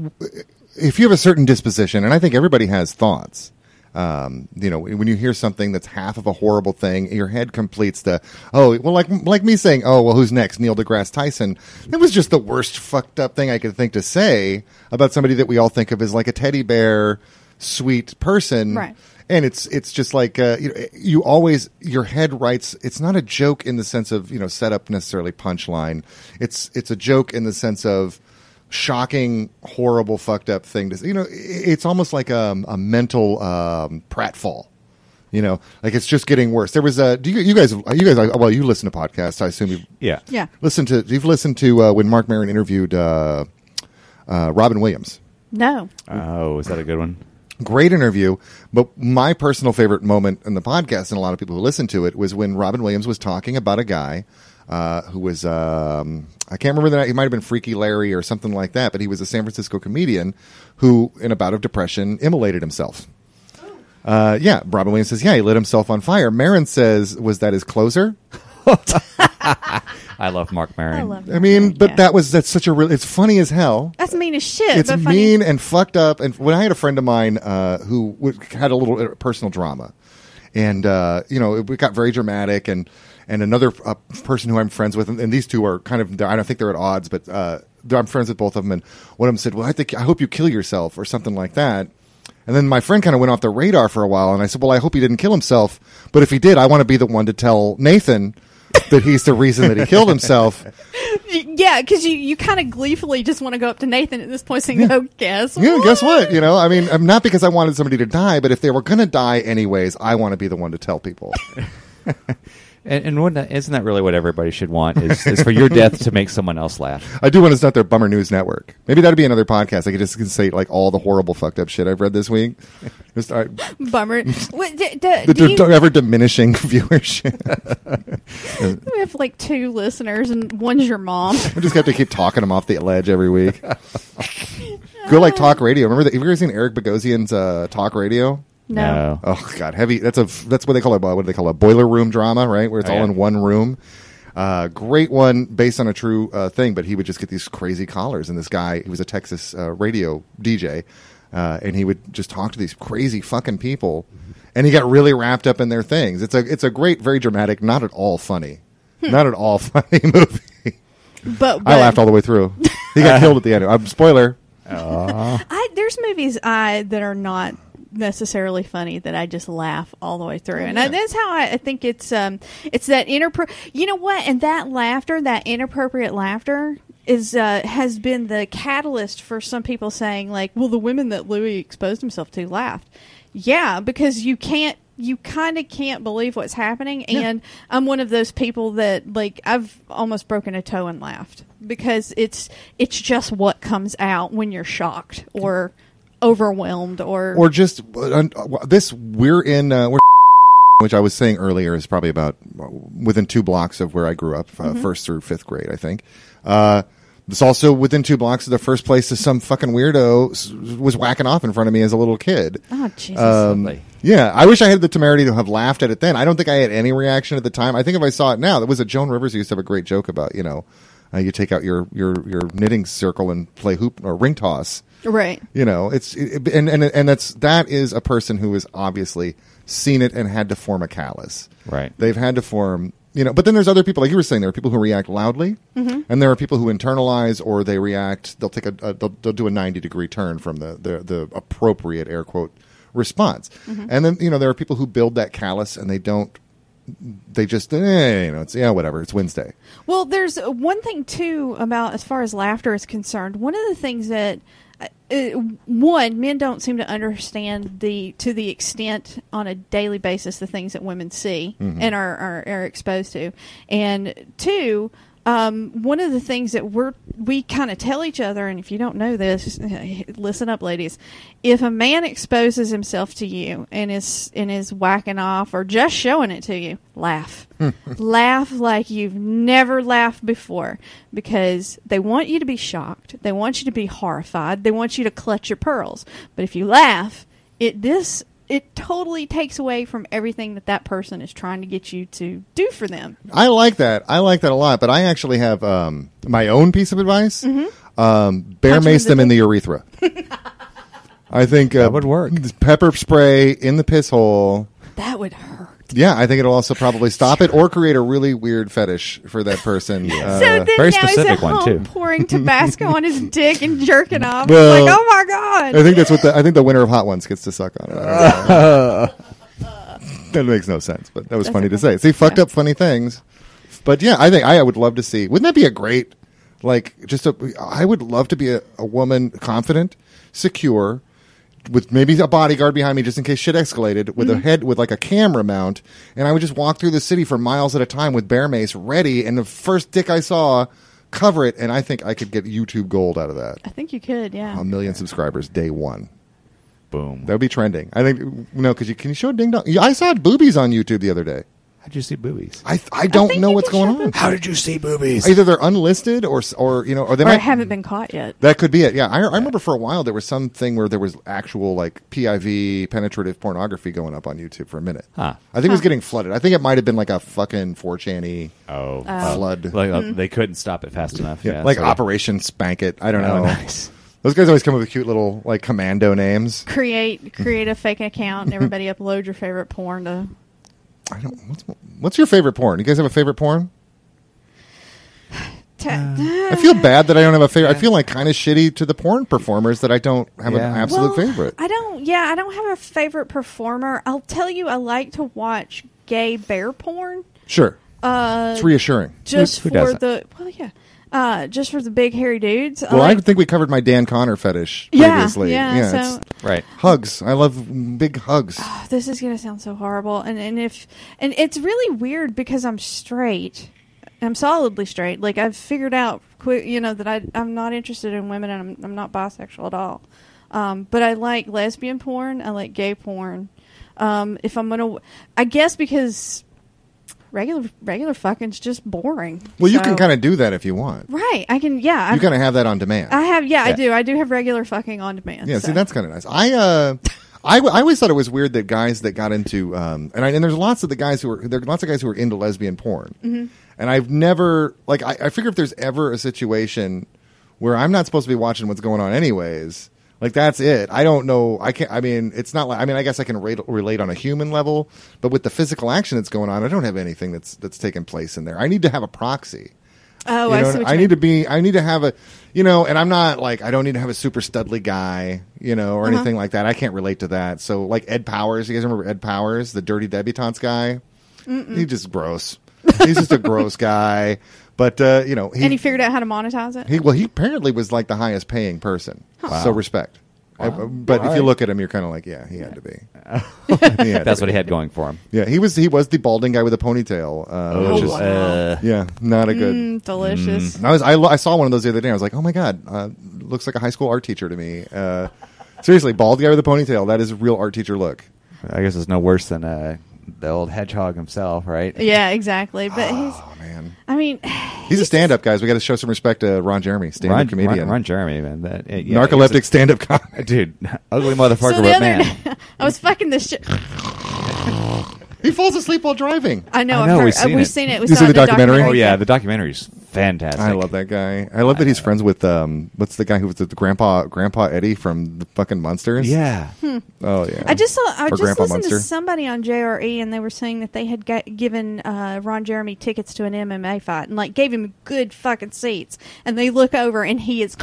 Speaker 3: if you have a certain disposition, and I think everybody has thoughts. Um, you know, when you hear something that's half of a horrible thing, your head completes the oh well, like like me saying oh well, who's next? Neil deGrasse Tyson. That was just the worst fucked up thing I could think to say about somebody that we all think of as like a teddy bear, sweet person.
Speaker 1: Right.
Speaker 3: And it's it's just like uh, you, know, you always your head writes. It's not a joke in the sense of you know setup necessarily punchline. It's it's a joke in the sense of shocking, horrible, fucked up thing to say. You know, i- it's almost like a, a mental um, pratfall. You know, like it's just getting worse. There was a do you, you guys you guys uh, well you listen to podcasts. I assume you
Speaker 2: Yeah.
Speaker 1: yeah
Speaker 3: listen to you've listened to uh, when Mark Maron interviewed uh, uh, Robin Williams.
Speaker 1: no
Speaker 2: Oh, is that a good one?
Speaker 3: Great interview, but my personal favorite moment in the podcast, and a lot of people who listen to it, was when Robin Williams was talking about a guy uh, who was um, I can't remember that he might have been Freaky Larry or something like that, but he was a San Francisco comedian who, in a bout of depression, immolated himself. Uh, yeah, Robin Williams says, yeah, he lit himself on fire. Marin says, was that his closer?
Speaker 2: I love Mark Maron.
Speaker 1: i love
Speaker 3: I mean, but
Speaker 1: yeah.
Speaker 3: that was that's such a real. It's funny as hell.
Speaker 1: that's mean as shit
Speaker 3: it's
Speaker 1: but funny.
Speaker 3: mean and fucked up. And when I had a friend of mine uh, who w- had a little uh, personal drama, and uh, you know, it, it got very dramatic. And and another uh, person who I'm friends with, and, and these two are kind of I don't think they're at odds, but uh, they're- I'm friends with both of them. And one of them said, "Well, I think I hope you kill yourself" or something like that. And then my friend kind of went off the radar for a while, and I said, "Well, I hope he didn't kill himself, but if he did, I want to be the one to tell Nathan." that he's the reason that he killed himself.
Speaker 1: yeah because you you kind of gleefully just want to go up to nathan at this point and go guess
Speaker 3: Yeah, guess what? You know, I mean, I'm not because I wanted somebody to die, but if they were going to die anyways, I want to be the one to tell people.
Speaker 2: And, and wouldn't that, isn't that really what everybody should want? Is, is for your death to make someone else laugh?
Speaker 3: I do when it's not their bummer news network. Maybe that'd be another podcast. I could just say like all the horrible fucked up shit I've read this week. Just all right,
Speaker 1: bummer what, d- d-
Speaker 3: the
Speaker 1: do
Speaker 3: d-
Speaker 1: you,
Speaker 3: ever diminishing viewership.
Speaker 1: we have like two listeners and one's your mom
Speaker 3: I just have to keep talking them off the ledge every week. Go like talk radio. Remember that? Have you ever seen Eric Bogosian's uh, talk radio?
Speaker 1: no,
Speaker 2: Um,
Speaker 3: Oh God, heavy. That's a that's what they call it. What do they call it? Boiler room drama, right? Where it's
Speaker 2: Oh,
Speaker 3: all
Speaker 2: yeah.
Speaker 3: in one room. Uh, great one based on a true uh, thing, but he would just get these crazy callers. And this guy, he was a Texas uh, radio DJ, uh, and he would just talk to these crazy fucking people, and he got really wrapped up in their things. It's a it's a great, very dramatic, not at all funny,
Speaker 2: Hmm.
Speaker 3: not at all funny movie.
Speaker 1: but
Speaker 3: I
Speaker 1: but-
Speaker 3: laughed all the way through. He got killed at the end. Um, spoiler.
Speaker 1: I there's movies I that are not necessarily funny that I just laugh all the way through, and I,
Speaker 3: yeah.
Speaker 1: that's how I, I think it's um it's that inappro you know what and that laughter that inappropriate laughter is uh has been the catalyst for some people saying like well the women that Louis exposed himself to laughed yeah because you can't you kind of can't believe what's happening and i'm one of those people that like i've almost broken a toe and laughed because it's it's just what comes out when you're shocked or overwhelmed or,
Speaker 3: or just uh, un- uh, this we're in uh, we're which I was saying earlier is probably about uh, within two blocks of where I grew up, uh, first through fifth grade, I think. Uh, It's also within two blocks of the first place that some fucking weirdo s- was whacking off in front of me as a little kid.
Speaker 1: Oh Jesus!
Speaker 3: Um,
Speaker 2: Lovely.
Speaker 3: yeah, I wish I had the temerity to have laughed at it then. I don't think I had any reaction at the time. I think if I saw it now, that was a Joan Rivers who used to have a great joke about you know, uh, you take out your your your knitting circle and play hoop or ring toss.
Speaker 1: right.
Speaker 3: You know, it's it, and and and that's that is a person who has obviously seen it and had to form a callus.
Speaker 2: Right.
Speaker 3: They've had to form, you know. But then there's other people, like you were saying, there are people who react loudly, and there are people who internalize or they react. They'll take a, a they'll, they'll do a 90 degree turn from the the, the appropriate air quote response. And then you know there are people who build that callus and they don't. They just eh, you know it's yeah whatever it's Wednesday.
Speaker 1: Well, there's uh, one thing too about as far as laughter is concerned. One of the things that uh, uh, one men don't seem to understand the to the extent on a daily basis the things that women see
Speaker 3: Mm-hmm.
Speaker 1: and are, are are exposed to, and two. Um, one of the things that we're we kind of tell each other, and if you don't know this, listen up, ladies. If a man exposes himself to you and is and is whacking off or just showing it to you, laugh, laugh like you've never laughed before, because they want you to be shocked, they want you to be horrified, they want you to clutch your pearls. But if you laugh, it this it totally takes away from everything that that person is trying to get you to do for them.
Speaker 3: I like that. I like that a lot. But I actually have um, my own piece of advice. Um, bear
Speaker 1: Mm-hmm. Punch 'em
Speaker 3: mace
Speaker 1: in the
Speaker 3: them in the urethra. I think uh,
Speaker 2: That would work.
Speaker 3: Pepper spray in the piss hole.
Speaker 1: That would hurt.
Speaker 3: Yeah, I think it'll also probably stop it or create a really weird fetish for that person. Uh,
Speaker 1: So then
Speaker 2: very
Speaker 1: now he's
Speaker 2: specific
Speaker 1: at
Speaker 2: one,
Speaker 1: home
Speaker 2: too.
Speaker 1: pouring Tabasco on his dick and jerking off.
Speaker 3: Well,
Speaker 1: He's like, oh my god!
Speaker 3: I think that's what the, I think the winner of Hot Ones gets to suck on it. I don't know. that makes no sense, but that was
Speaker 1: That's
Speaker 3: funny to
Speaker 1: okay.
Speaker 3: say. See, fucked
Speaker 1: Yeah.
Speaker 3: up funny things. But yeah, I think I would love to see. Wouldn't that be a great, like, just a? I would love to be a, a woman, confident, secure, with maybe a bodyguard behind me just in case shit escalated,
Speaker 1: Mm-hmm.
Speaker 3: with a head with like a camera mount, and I would just walk through the city for miles at a time with bear mace ready, and the first dick I saw, cover it, and I think I could get YouTube gold out of that.
Speaker 1: I think you could, yeah.
Speaker 3: A million subscribers day one.
Speaker 2: Boom.
Speaker 3: That would be trending. I think no, because you can you show ding dong. Yeah, I saw boobies on YouTube the other day.
Speaker 2: How'd you see boobies?
Speaker 3: I I don't
Speaker 1: think
Speaker 3: know
Speaker 1: you
Speaker 3: what's
Speaker 1: can
Speaker 3: going
Speaker 1: show
Speaker 3: on.
Speaker 2: How did you see boobies?
Speaker 3: Either they're unlisted or s- or you know or they
Speaker 1: or
Speaker 3: might
Speaker 1: haven't been caught yet.
Speaker 3: that could be it. Yeah, I, I remember for a while there was something where there was actual like PIV penetrative pornography going up on YouTube for a minute.
Speaker 2: Huh.
Speaker 3: I think it was getting flooded. I think it might have been like a fucking 4chan
Speaker 2: Oh,
Speaker 3: flood.
Speaker 2: like uh, they couldn't stop it fast enough. Yeah,
Speaker 3: like
Speaker 2: so-
Speaker 3: Operation Spank It. I don't
Speaker 2: Oh,
Speaker 3: know.
Speaker 2: nice.
Speaker 3: Those guys always come up with cute little like commando names.
Speaker 1: Create create a fake account and everybody upload your favorite porn to.
Speaker 3: I don't. What's what's your favorite porn? You guys have a favorite porn?
Speaker 1: Ta-
Speaker 3: I feel bad that I don't have a favorite. I feel like kind of shitty to the porn performers that I don't have an
Speaker 2: Yeah.
Speaker 3: absolute
Speaker 1: Well,
Speaker 3: favorite.
Speaker 1: I don't. Yeah, I don't have a favorite performer. I'll tell you, I like to watch gay bear porn.
Speaker 3: Sure,
Speaker 1: Uh,
Speaker 3: it's reassuring.
Speaker 1: just
Speaker 2: who
Speaker 1: for
Speaker 2: doesn't?
Speaker 1: the well, yeah, uh, just for the big hairy dudes.
Speaker 3: Well, I
Speaker 1: like-
Speaker 3: think we covered my Dan Connor fetish
Speaker 1: uh, Yeah,
Speaker 3: previously.
Speaker 1: yeah, so-
Speaker 3: it's-
Speaker 2: Right.
Speaker 3: hugs. I love big hugs.
Speaker 1: Oh, this is gonna sound so horrible, and and if and it's really weird because I'm straight, I'm solidly straight. Like I've figured out, quick, you know, that I I'm not interested in women, and I'm I'm not bisexual at all. Um, but I like lesbian porn. I like gay porn. Um, if I'm gonna, I guess because regular regular fucking's just boring.
Speaker 3: Well, you can
Speaker 1: So-
Speaker 3: kind of do that if you want.
Speaker 1: right. I can. Yeah. I,
Speaker 3: You kind of have that on demand.
Speaker 1: I have. Yeah, I
Speaker 2: Yeah.
Speaker 1: do. I do have regular fucking on demand.
Speaker 3: Yeah,
Speaker 1: so.
Speaker 3: see, that's kind of nice. I uh, I, w- I always thought it was weird that guys that got into um, and I, and there's lots of the guys who are there are lots of guys who are into lesbian porn, and I've never like I, I figure if there's ever a situation where I'm not supposed to be watching what's going on anyways. Like that's it. I don't know. I can't. I mean, it's not like. I mean, I guess I can rate, relate on a human level, but with the physical action that's going on, I don't have anything that's that's taking place in there. I need to have a proxy.
Speaker 1: Oh,
Speaker 3: You
Speaker 1: I
Speaker 3: know,
Speaker 1: see. What
Speaker 3: I
Speaker 1: you
Speaker 3: need to
Speaker 1: mean.
Speaker 3: be. I need to have a. You know, and I'm not like I don't need to have a super studly guy, you know,
Speaker 1: Uh-huh.
Speaker 3: or anything like that. I can't relate to that. So like Ed Powers, you guys remember Ed Powers, the dirty debutantes guy? He's just gross. He's just a gross guy. But uh, you know, he,
Speaker 1: And he figured out how to monetize it.
Speaker 3: he- well, he apparently was like the highest paying person. So respect. Uh, but if you
Speaker 2: Alright.
Speaker 3: look at him, you're kind of like, yeah, he had to be. He had to
Speaker 2: That's what
Speaker 3: be.
Speaker 2: he had going for him.
Speaker 3: Yeah, he was. He was the balding guy with a ponytail. Uh, which is,
Speaker 1: wow.
Speaker 2: uh,
Speaker 3: yeah, not a good.
Speaker 1: Mm, delicious.
Speaker 3: I was I, lo- I saw one of those the other day. I was like, oh my god, uh, looks like a high school art teacher to me. Uh, seriously, bald guy with a ponytail. That is a real art teacher look.
Speaker 2: I guess it's no worse than uh, the old hedgehog himself, right?
Speaker 1: Yeah, exactly. But he's,
Speaker 3: Oh man,
Speaker 1: I mean,
Speaker 3: he's a stand-up, guys. We got to show some respect to Ron Jeremy, stand-up
Speaker 2: Ron,
Speaker 3: comedian,
Speaker 2: Ron, Ron Jeremy, man. That, it- yeah,
Speaker 3: narcoleptic
Speaker 2: he's
Speaker 3: stand-up comic.
Speaker 2: a- dude, ugly motherfucker,
Speaker 1: so the
Speaker 2: but
Speaker 1: other
Speaker 2: man.
Speaker 1: day, I was fucking this shit.
Speaker 3: He falls asleep while driving.
Speaker 1: I know.
Speaker 2: I
Speaker 1: I've
Speaker 2: know,
Speaker 1: heard- uh,
Speaker 2: we've seen
Speaker 1: we've
Speaker 2: it.
Speaker 1: seen it. We saw
Speaker 3: You see
Speaker 1: it in
Speaker 3: the documentary?
Speaker 2: Oh yeah, the documentary's fantastic.
Speaker 3: I love that guy. I love that he's friends with um, what's the guy who was the grandpa Grandpa Eddie from the fucking Monsters?
Speaker 2: Yeah,
Speaker 1: Hmm.
Speaker 3: Oh yeah.
Speaker 1: I just saw. I
Speaker 3: Or
Speaker 1: just
Speaker 3: Grandpa
Speaker 1: listened
Speaker 3: Munster.
Speaker 1: to somebody on JRE, and they were saying that they had got, given uh, Ron Jeremy tickets to an MMA fight, and like gave him good fucking seats. And they look over, and he is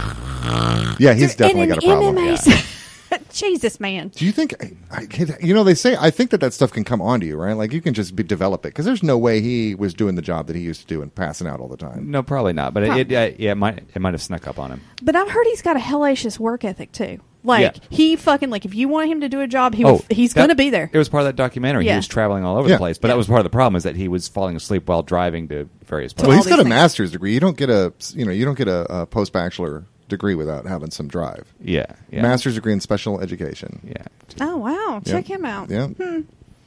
Speaker 3: yeah, he's
Speaker 1: Dude,
Speaker 3: definitely
Speaker 1: in
Speaker 3: got
Speaker 1: an
Speaker 3: a problem.
Speaker 1: MMA
Speaker 3: Yeah.
Speaker 1: se- Jesus, man.
Speaker 3: Do you think? I, I, you know, they say I think that that stuff can come onto you, right? Like you can just be, develop it because there's no way he was doing the job that he used to do and passing out all the time.
Speaker 2: no, probably not. But
Speaker 1: Huh.
Speaker 2: it, it, yeah, it might it might have snuck up on him.
Speaker 1: But I've heard he's got a hellacious work ethic too. Like
Speaker 2: Yeah.
Speaker 1: he fucking like if you want him to do a job, he will, he's
Speaker 2: that-
Speaker 1: going to be there.
Speaker 2: Oh, It was part of that documentary.
Speaker 1: Yeah.
Speaker 2: He was traveling all over
Speaker 3: Yeah.
Speaker 2: the place, but that was part of the problem is that he was falling asleep while driving to various
Speaker 3: Well,
Speaker 2: places.
Speaker 1: all
Speaker 3: he's got
Speaker 1: these
Speaker 3: a
Speaker 1: things.
Speaker 3: master's degree. You don't get a you know you don't get a, a post bachelor degree without having some drive.
Speaker 2: yeah, yeah,
Speaker 3: Master's degree in special education.
Speaker 2: yeah.
Speaker 1: Oh wow,
Speaker 3: Yeah.
Speaker 1: check him out.
Speaker 3: Yeah.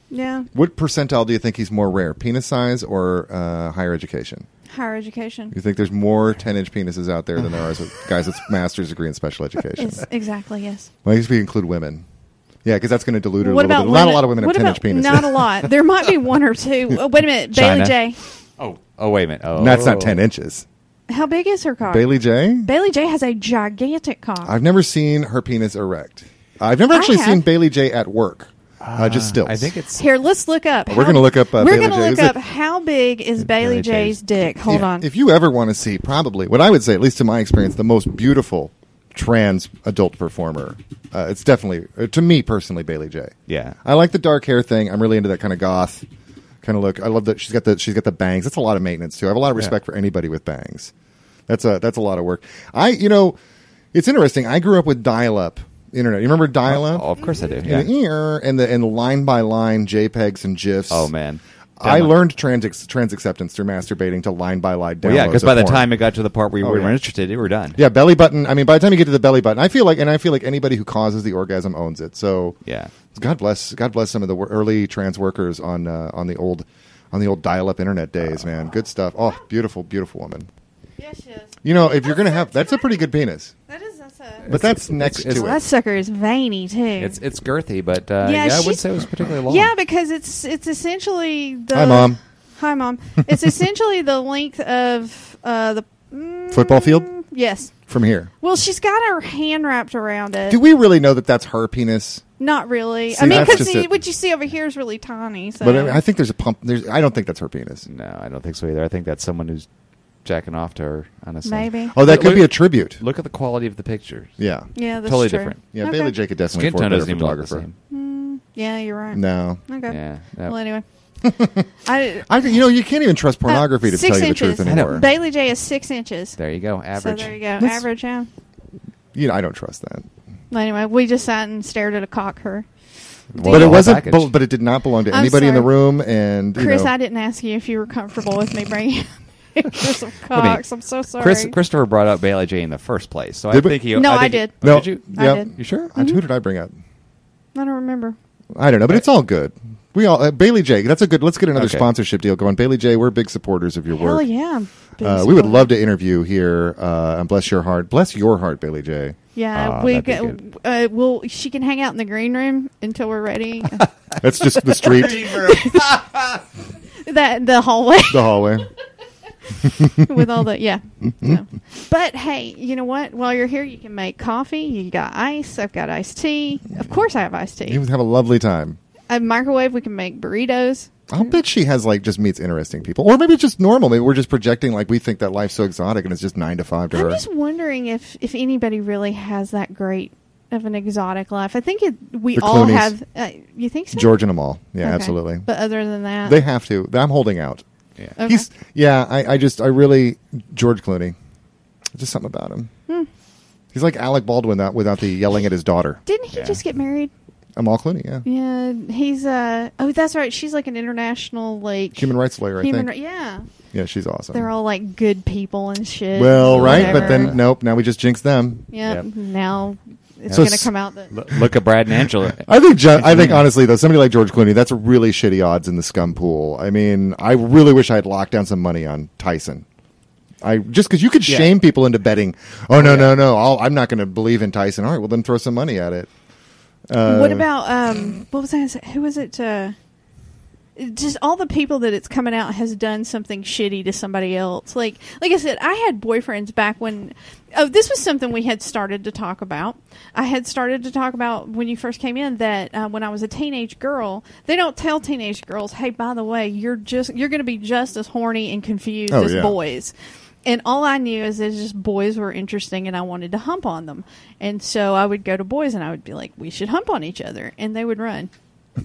Speaker 1: Yeah,
Speaker 3: What percentile do you think he's more rare, penis size or uh, higher education?
Speaker 1: higher education.
Speaker 3: You think there's more 10 inch penises out there than there are with guys with master's degree in special education?
Speaker 1: Yes, exactly. Yes.
Speaker 3: Well, I guess we include women. Yeah, because that's going to dilute it a
Speaker 1: what about
Speaker 3: little bit.
Speaker 1: women-
Speaker 3: Not a lot of women have
Speaker 1: what
Speaker 3: 10 inch
Speaker 1: about-
Speaker 3: penises.
Speaker 1: Not a lot. There might be one or two. Oh, wait a minute,
Speaker 2: China.
Speaker 1: Bailey
Speaker 2: Oh, oh, wait a minute. Oh,
Speaker 3: That's not 10 inches.
Speaker 1: J. How big is her cock?
Speaker 3: Bailey J?
Speaker 1: Bailey J. has a gigantic cock.
Speaker 3: I've never seen her penis erect. I've never
Speaker 1: I
Speaker 3: actually
Speaker 1: have. Ah,
Speaker 3: seen Bailey J at work. Uh, just stills.
Speaker 2: I think it's
Speaker 1: Here, let's look up.
Speaker 3: We're gonna look up, uh,
Speaker 1: we're
Speaker 3: Bailey
Speaker 1: going to
Speaker 3: J.
Speaker 1: look
Speaker 3: Is it-
Speaker 1: up how big is Bailey
Speaker 2: Bailey J's-
Speaker 1: J.'s dick. Hold
Speaker 3: if,
Speaker 1: on.
Speaker 3: If you ever want to see, probably what I would say, at least in my experience, the most beautiful trans adult performer, uh, it's definitely uh, to me personally Bailey J.
Speaker 2: Yeah.
Speaker 3: I like the dark hair thing. I'm really into that kind of goth kind of look. I love that she's got the she's got the bangs. That's a lot of maintenance too. I have a lot of respect for anybody with bangs. That's a that's a lot of work. I you know, it's interesting. I grew up with dial up internet. You remember dial up?
Speaker 2: Oh, of course I do.
Speaker 3: and, the,
Speaker 2: Yeah.
Speaker 3: ear and the and the line by line JPEGs and GIFs.
Speaker 2: Oh man,
Speaker 3: I
Speaker 2: Download.
Speaker 3: learned trans, ex- trans acceptance through masturbating to line by line downloads.
Speaker 2: Well, yeah, because by
Speaker 3: of
Speaker 2: the
Speaker 3: porn.
Speaker 2: time it got to the part where you
Speaker 3: Oh,
Speaker 2: we were
Speaker 3: yeah.
Speaker 2: interested, we were done.
Speaker 3: yeah, belly button. I mean, by the time you get to the belly button, I feel like, and I feel like anybody who causes the orgasm owns it. So,
Speaker 2: Yeah.
Speaker 3: God bless, God bless some of the wor- early trans workers on uh, on the old on the old dial up internet days, man. Good stuff. Oh, beautiful, beautiful woman.
Speaker 1: yes, she is.
Speaker 3: You know, if you're gonna have, that's a pretty good penis,
Speaker 1: That is that's a.
Speaker 3: but that's next
Speaker 2: it's-
Speaker 3: to
Speaker 1: Well, that
Speaker 3: it.
Speaker 1: sucker is veiny too.
Speaker 2: It's it's girthy, but uh,
Speaker 1: Yeah,
Speaker 2: yeah, I
Speaker 1: she's-
Speaker 2: would say it was particularly long.
Speaker 1: yeah, because it's it's essentially the.
Speaker 3: Hi, Mom.
Speaker 1: Hi, mom. It's essentially the length of uh, the mm,
Speaker 3: Football field
Speaker 1: Yes.
Speaker 3: from here.
Speaker 1: Well, she's got her hand wrapped around it.
Speaker 3: Do we really know that that's her penis?
Speaker 1: Not really. I
Speaker 3: See,
Speaker 1: mean,
Speaker 3: that's
Speaker 1: because
Speaker 3: just it.
Speaker 1: what you see over here is really tiny. So.
Speaker 3: But I, I think there's a pump. There's, I don't think that's her penis.
Speaker 2: no, I don't think so either. I think that's someone who's jacking off to her. Honestly,
Speaker 1: Maybe.
Speaker 3: Oh, that
Speaker 2: Look-
Speaker 3: could be a
Speaker 2: look-
Speaker 3: tribute.
Speaker 2: Look at the quality of the pictures.
Speaker 3: Yeah,
Speaker 1: yeah, that's
Speaker 2: totally
Speaker 1: true.
Speaker 2: different.
Speaker 3: yeah.
Speaker 1: Okay.
Speaker 3: Bailey J could definitely
Speaker 2: Skin
Speaker 3: afford a
Speaker 2: tone
Speaker 3: better
Speaker 2: doesn't even look the
Speaker 3: photographer.
Speaker 2: same.
Speaker 1: Yeah, you're right.
Speaker 3: No.
Speaker 1: Okay.
Speaker 2: Yeah, that-
Speaker 1: Well, anyway, I,
Speaker 3: I, you know, you can't even trust pornography to
Speaker 1: Uh, six
Speaker 3: tell you the
Speaker 1: inches.
Speaker 3: truth anymore.
Speaker 1: Bailey J is six inches.
Speaker 2: There you go. Average.
Speaker 1: So there you go.
Speaker 3: That's-
Speaker 1: Average. Yeah.
Speaker 3: You know, I don't trust that.
Speaker 1: Well, Anyway, we just sat and stared at a cock. Her,
Speaker 2: Well,
Speaker 3: but
Speaker 2: the
Speaker 3: it
Speaker 2: whole
Speaker 3: wasn't.
Speaker 2: package.
Speaker 3: bel- but it did not belong to
Speaker 1: I'm
Speaker 3: anybody in the
Speaker 1: sorry.
Speaker 3: room. And you
Speaker 1: Chris.
Speaker 3: know,
Speaker 1: I didn't ask you if you were comfortable with me bringing pictures of
Speaker 2: I mean,
Speaker 1: cocks. I'm so sorry.
Speaker 2: Chris, Christopher brought up Bailey J in the first place, so I
Speaker 3: Did we-
Speaker 2: think he.
Speaker 1: No, I
Speaker 2: think he-
Speaker 1: did.
Speaker 2: Oh,
Speaker 3: no,
Speaker 2: did you?
Speaker 1: I
Speaker 3: yeah.
Speaker 1: did. Mm-hmm.
Speaker 2: You sure?
Speaker 3: Uh, Who did I bring up?
Speaker 1: I don't remember.
Speaker 3: I don't know, but it's all good. We all uh, Bailey J. That's a good. Let's get another
Speaker 2: Okay.
Speaker 3: sponsorship deal going. Bailey J. We're big supporters of your
Speaker 1: Hell
Speaker 3: work.
Speaker 1: yeah.
Speaker 3: Uh, we would love to interview here uh, and bless your heart. Bless your heart, Bailey J.
Speaker 1: Yeah,
Speaker 2: Ah,
Speaker 1: we
Speaker 2: that'd be
Speaker 1: go,
Speaker 2: good.
Speaker 1: uh, well, she can hang out in the green room until we're ready.
Speaker 3: That's just the street,
Speaker 1: that the hallway
Speaker 3: the hallway.
Speaker 1: with all the yeah. So.
Speaker 3: Mm-hmm.
Speaker 1: But hey, you know what? While you're here, you can make coffee. You got ice. I've got iced tea. Of course, I have iced
Speaker 3: You
Speaker 1: tea.
Speaker 3: would have a lovely time.
Speaker 1: A microwave. We can make burritos.
Speaker 3: I'll bet she has like just meets interesting people, or maybe it's just normal. Maybe we're just projecting like we think that life's so exotic and it's just nine to five to
Speaker 1: I'm
Speaker 3: her.
Speaker 1: just wondering if if anybody really has that great of an exotic life. I think it, we
Speaker 3: The
Speaker 1: all
Speaker 3: Clooney's.
Speaker 1: have. Uh, you think so?
Speaker 3: George and Amal, yeah,
Speaker 1: Okay.
Speaker 3: absolutely.
Speaker 1: But uh, other than that,
Speaker 3: They have to. I'm holding out.
Speaker 2: Yeah.
Speaker 1: okay.
Speaker 3: He's yeah. I, I just I really George Clooney. Just something about him.
Speaker 1: Hmm.
Speaker 3: He's like Alec Baldwin without without the yelling at his daughter.
Speaker 1: didn't he
Speaker 2: Yeah.
Speaker 1: just get married?
Speaker 3: Amal Clooney, yeah,
Speaker 1: Yeah, he's uh oh that's right. She's like an international like
Speaker 3: human rights lawyer. I
Speaker 1: human
Speaker 3: think.
Speaker 1: ri- yeah.
Speaker 3: yeah, she's awesome.
Speaker 1: They're all like good people and shit.
Speaker 3: well,
Speaker 1: and
Speaker 3: right, but
Speaker 1: whatever.
Speaker 3: then nope. Now we just jinx them.
Speaker 1: yeah.
Speaker 2: Yep.
Speaker 1: Now it's
Speaker 3: So
Speaker 1: going
Speaker 3: s-
Speaker 1: to come out that
Speaker 2: L- look at Brad and Angela.
Speaker 3: I think John, I think honestly though somebody like George Clooney that's really shitty odds in the scum pool. I mean, I really wish I had locked down some money on Tyson. I just because you could
Speaker 2: Yeah.
Speaker 3: shame people into betting. Oh no no no! I'll, I'm not going to believe in Tyson. All right, well then throw some money at it. uh,
Speaker 1: what about um what was I gonna say? Who was it? Uh, just all the people that it's coming out has done something shitty to somebody else. Like like I said, I had boyfriends back when. Oh, this was something we had started to talk about. I had started to talk about when you first came in that uh, when I was a teenage girl, they don't tell teenage girls, "Hey, by the way, you're just you're going to be just as horny and confused
Speaker 3: Oh,
Speaker 1: as
Speaker 3: yeah.
Speaker 1: boys." And all I knew is that just boys were interesting and I wanted to hump on them. And so I would go to boys and I would be like, we should hump on each other. And they would run.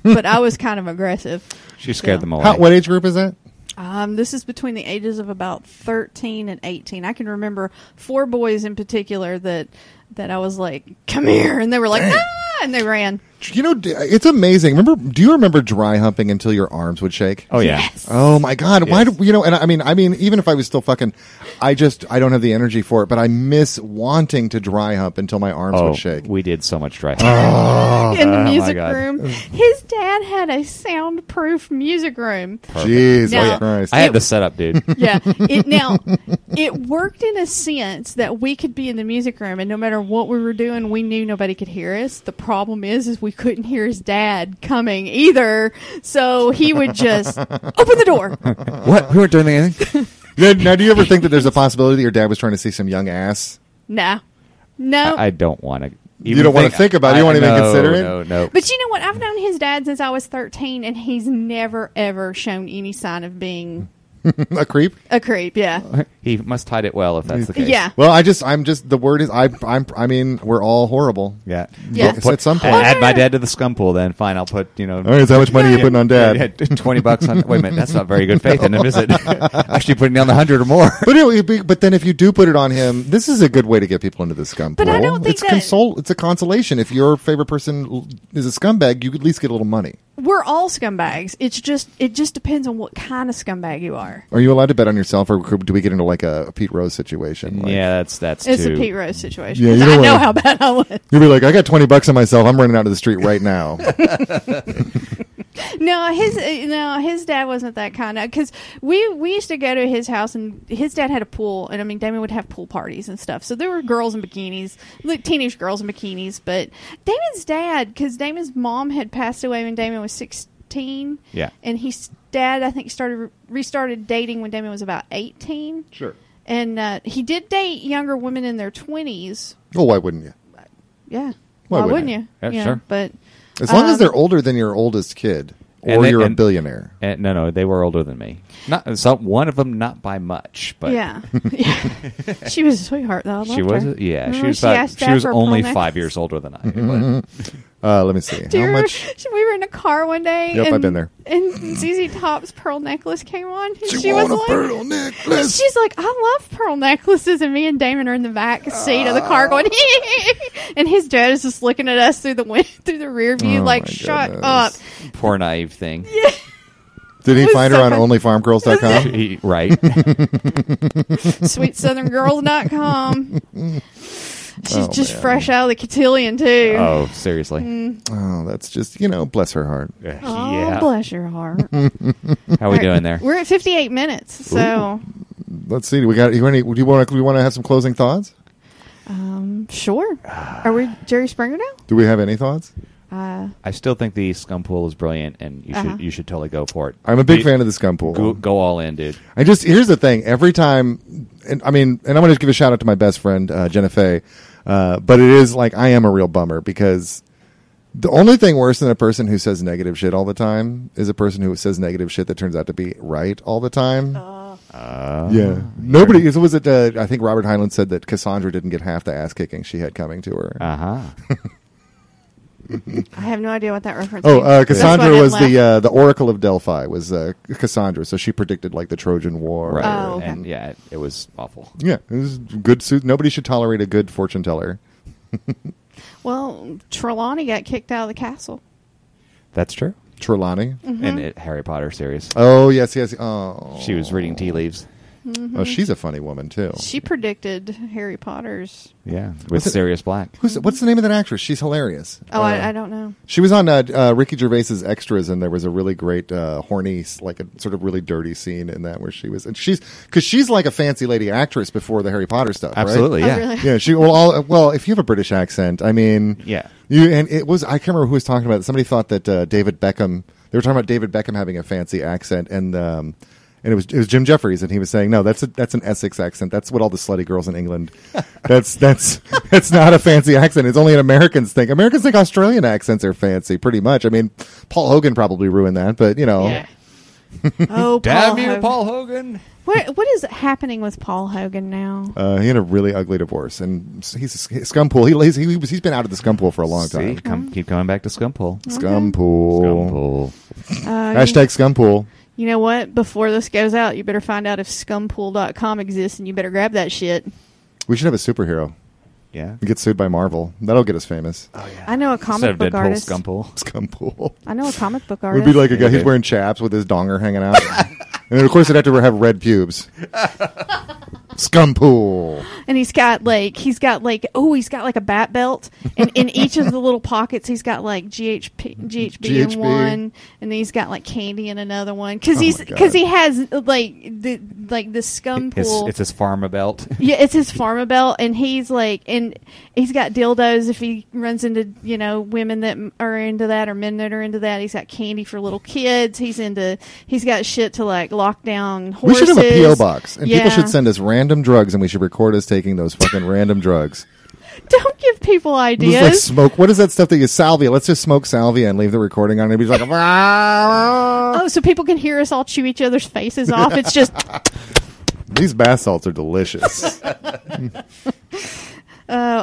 Speaker 1: but I was kind of aggressive.
Speaker 2: She scared
Speaker 1: So,
Speaker 2: them away.
Speaker 3: How, what age group is that?
Speaker 1: Um, this is between the ages of about 13 and 18. I can remember four boys in particular that, that I was like, come here. And they were like, ah! And they ran.
Speaker 3: You know, d- it's amazing. Remember? Do you remember dry humping until your arms would shake?
Speaker 2: oh yeah.
Speaker 3: Oh my God! Why
Speaker 2: Yes.
Speaker 3: do you know? And I I mean, I mean, even if I was still fucking, I just I don't have the energy for it. But I miss wanting to dry hump until my arms
Speaker 2: Oh,
Speaker 3: would shake.
Speaker 2: we did so much dry.
Speaker 1: Ah. in the
Speaker 2: Oh, my
Speaker 1: music
Speaker 2: God.
Speaker 1: room. His dad had a soundproof music room.
Speaker 3: Jesus
Speaker 1: Now-
Speaker 3: Christ!
Speaker 2: Oh, I had the setup, dude.
Speaker 1: yeah. It now it worked in a sense that we could be in the music room and no matter what we were doing, we knew nobody could hear us. The problem is is we couldn't hear his dad coming either. So he would just open the door.
Speaker 2: what? We weren't doing anything.
Speaker 3: now, now, do you ever think that there's a possibility that your dad was trying to see some young ass?
Speaker 1: Nah. No.
Speaker 2: I, I don't want to.
Speaker 3: don't wanna think about it? You don't wanna even consider it?
Speaker 2: No, no.
Speaker 1: but you know what? I've known his dad since I was 13 and he's never ever shown any sign of being
Speaker 3: a creep?
Speaker 1: a creep. Yeah.
Speaker 2: he must hide it well if that's the case.
Speaker 1: Yeah.
Speaker 3: Well, I just, I'm just. The word is, I, I'm, I mean, we're all horrible.
Speaker 2: Yeah.
Speaker 1: Yeah.
Speaker 3: But at some point-
Speaker 2: add my dad to the scum pool, then fine. I'll put you know.
Speaker 3: All right, so how much money are you putting on dad?
Speaker 2: Yeah, Twenty bucks on. Wait a minute, that's not very good faith, in him, is it? Actually, putting down the hundred or more.
Speaker 3: But it would be, but then if you do put it on him, this is a good way to get people into the scum
Speaker 1: But
Speaker 3: pool.
Speaker 1: I don't think
Speaker 3: it's
Speaker 1: that-
Speaker 3: consol. It's a consolation. If your favorite person l- is a scumbag, you could at least get a little money.
Speaker 1: We're all scumbags. It's just it just depends on what kind of scumbag you are.
Speaker 3: Are you allowed to bet on yourself, or could- do we get into like a, Pete Rose situation? Like,
Speaker 2: yeah, that's that's
Speaker 1: It's
Speaker 2: too.
Speaker 1: a Pete Rose situation.
Speaker 3: Yeah, you
Speaker 1: 'cause
Speaker 3: don't
Speaker 1: I know
Speaker 3: wanna-
Speaker 1: how bad I was.
Speaker 3: you'd be like, I got twenty bucks on myself. I'm running out of the street right now.
Speaker 1: No, his uh, no, his dad wasn't that kind of because we we used to go to his house and his dad had a pool and I mean Damon would have pool parties and stuff. So there were girls in bikinis, like teenage girls in bikinis. But Damon's dad, because Damon's mom had passed away when Damon was sixteen.
Speaker 2: Yeah.
Speaker 1: and his dad I think started restarted dating when Damon was about eighteen.
Speaker 3: sure.
Speaker 1: and uh, he did date younger women in their twenties.
Speaker 3: Well, why wouldn't you?
Speaker 1: Yeah,
Speaker 3: Why
Speaker 1: why,
Speaker 3: wouldn't
Speaker 1: wouldn't
Speaker 3: I?
Speaker 1: you?
Speaker 2: Yeah,
Speaker 1: You know,
Speaker 2: sure.
Speaker 1: But
Speaker 3: As long as
Speaker 1: Um,
Speaker 3: they're older than your oldest kid,
Speaker 2: And
Speaker 3: or
Speaker 2: they-
Speaker 3: you're a
Speaker 2: and-
Speaker 3: billionaire.
Speaker 2: Uh, no, no, they were older than me. Not so one of them, not by much, but
Speaker 1: yeah, yeah. she was a sweetheart though. I
Speaker 2: she
Speaker 1: loved
Speaker 2: was.
Speaker 1: her.
Speaker 2: Yeah, she
Speaker 1: Remember
Speaker 2: was. about,
Speaker 1: asked
Speaker 2: she
Speaker 1: Dad
Speaker 2: was
Speaker 1: for a
Speaker 2: only
Speaker 1: prom
Speaker 2: five
Speaker 1: night?
Speaker 2: years older than I. but-
Speaker 3: Uh, let me see.
Speaker 1: Do you
Speaker 3: How
Speaker 1: remember-
Speaker 3: much?
Speaker 1: We were in a car one day.
Speaker 3: Yep, I've
Speaker 1: and,
Speaker 3: been there.
Speaker 1: And ZZ Top's pearl necklace came on. And she,
Speaker 3: you
Speaker 1: was
Speaker 3: want a
Speaker 1: like,
Speaker 3: pearl necklace?
Speaker 1: She's like, I love pearl necklaces. And me and Damon are in the back seat of the car going, and his dad is just looking at us through the wind, through the rear view,
Speaker 3: Oh
Speaker 1: like,
Speaker 3: my
Speaker 1: shut
Speaker 3: goodness.
Speaker 1: up.
Speaker 2: poor naive thing.
Speaker 3: Did he
Speaker 1: was
Speaker 3: find her
Speaker 1: so
Speaker 3: on
Speaker 1: fun.
Speaker 3: OnlyFarmGirls.com?
Speaker 2: He- right.
Speaker 1: sweetsoutherngirls.com. She's
Speaker 3: Oh,
Speaker 1: just
Speaker 3: man.
Speaker 1: fresh out of the cotillion, too.
Speaker 2: oh,
Speaker 1: Mm.
Speaker 2: seriously.
Speaker 3: oh, that's just you know, bless her heart.
Speaker 1: Oh,
Speaker 2: yeah.
Speaker 1: bless your heart.
Speaker 2: How we doing there?
Speaker 1: We're at 58 minutes, so
Speaker 3: Let's see. Do we got? You any, do you want? to? We want to have some closing thoughts?
Speaker 1: um, sure. Are we Jerry Springer now?
Speaker 3: Do we have any thouts?
Speaker 1: Uh,
Speaker 2: I still think the scum pool is brilliant, and you
Speaker 1: Uh-huh.
Speaker 2: should you should totally go for it.
Speaker 3: I'm a big
Speaker 2: You-
Speaker 3: fan of the scum pool.
Speaker 2: Go, go all in, dude.
Speaker 3: I just here's the thing. Every time, and I mean, and I'm going to give a shout out to my best friend uh, Jenna Fay, uh, but it is like I am a real bummer because the only thing worse than a person who says negative shit all the time is a person who says negative shit that turns out to be right all the time. yeah, nobody. so Was it? Uh, I think Robert Heinlein said that Cassandra didn't get half the ass kicking she had coming to her.
Speaker 2: Uh huh.
Speaker 1: I have no idea what that reference
Speaker 3: Oh,
Speaker 1: means.
Speaker 3: uh,
Speaker 1: That's why
Speaker 3: Cassandra
Speaker 1: I didn't
Speaker 3: was the
Speaker 1: laugh.
Speaker 3: uh, the Oracle of Delphi was uh, Cassandra, so she predicted like the Trojan War.
Speaker 2: Right.
Speaker 1: Oh, okay.
Speaker 2: And yeah, it, it was awful.
Speaker 3: Yeah, this is good. Suit. Nobody should tolerate a good fortune teller. uh,
Speaker 1: Well, Trelawney got kicked out of the castle.
Speaker 2: That's true.
Speaker 3: Trelawney.
Speaker 2: In it, Harry Potter series,
Speaker 3: Oh yes, yes. Oh,
Speaker 2: she was reading tea leaves.
Speaker 3: Oh, she's a funny woman too.
Speaker 1: Mm-hmm. She predicted Harry Potter's.
Speaker 2: Yeah, with
Speaker 3: What's it-
Speaker 2: Sirius Black.
Speaker 3: Who's what's the name of that actress? She's hilarious.
Speaker 1: Oh,
Speaker 3: Uh,
Speaker 1: I, I don't know.
Speaker 3: She was on uh, uh, Ricky Gervais's Extras, and there was a really great uh, horny, like a sort of really dirty scene in that where she was, and she's because she's like a fancy lady actress before the Harry Potter stuff, right?
Speaker 2: Absolutely,
Speaker 1: Oh,
Speaker 2: yeah.
Speaker 1: really?
Speaker 3: Yeah, she well, all, well, if you have a British accent, I mean,
Speaker 2: Yeah.
Speaker 3: you and it was I can't remember who was talking about it. Somebody thought that uh, David Beckham. They were talking about David Beckham having a fancy accent, and um, and it was it was Jim Jeffries, and he was saying, no, that's a, that's an Essex accent. That's what all the slutty girls in England. That's that's that's not a fancy accent. It's only an Americans think. Americans think Australian accents are fancy, pretty much. I mean, Paul Hogan probably ruined that, but you know,
Speaker 1: Yeah. Oh,
Speaker 2: Damn
Speaker 1: Paul
Speaker 2: you,
Speaker 1: Hogan.
Speaker 2: Paul Hogan.
Speaker 1: What what is happening with Paul Hogan now?
Speaker 3: uh, he had a really ugly divorce, and he's a sc- scum pool. He, he's, he was he's been out of the scum pool for a long
Speaker 2: See, Mm-hmm.
Speaker 3: time. Mm-hmm.
Speaker 2: come, keep coming back to Scumpool.
Speaker 3: Scum pool.
Speaker 2: Scumpool.
Speaker 1: Uh,
Speaker 3: Hashtag scum pool.
Speaker 1: You know what? Before this goes out, you better find out if scumpool.com exists and you better grab that shit.
Speaker 3: We should have a superhero.
Speaker 2: Yeah.
Speaker 3: We get sued by Marvel. That'll get us famous.
Speaker 1: I know a
Speaker 2: Instead
Speaker 1: comic
Speaker 2: of
Speaker 1: book
Speaker 2: Deadpool,
Speaker 1: artist.
Speaker 2: Scumpool.
Speaker 3: Scum pool.
Speaker 1: I know a comic book
Speaker 3: It would
Speaker 1: artist.
Speaker 3: be like a guy.
Speaker 2: Yeah,
Speaker 3: He's
Speaker 2: dude.
Speaker 3: wearing chaps with his donger hanging out, and then of course it'd have to have red pubes. Scum pool.
Speaker 1: and he's got like he's got like oh he's got like a bat belt and in each of the little pockets he's got like GHP GHB,
Speaker 3: GHB.
Speaker 1: in one and he's got like candy in another one because
Speaker 3: Oh
Speaker 1: he's
Speaker 3: my God.
Speaker 1: because he has like the like the scum
Speaker 2: His,
Speaker 1: pool
Speaker 2: it's his pharma belt.
Speaker 1: yeah it's his pharma belt and he's like and he's got dildos if he runs into you know women that m- are into that or men that are into that he's got candy for little kids he's into he's got shit to like lock down
Speaker 3: We
Speaker 1: horses
Speaker 3: should have a PO box, and people
Speaker 1: Yeah.
Speaker 3: should send us random drugs, and we should record us taking those fucking random drugs.
Speaker 1: don't give people
Speaker 3: Just
Speaker 1: ideas
Speaker 3: like smoke. What is that stuff that you salvia? Let's just smoke salvia and leave the recording on. And be like,
Speaker 1: Oh, so people can hear us all chew each other's faces off. It's just,
Speaker 3: these bath salts are delicious.
Speaker 1: uh,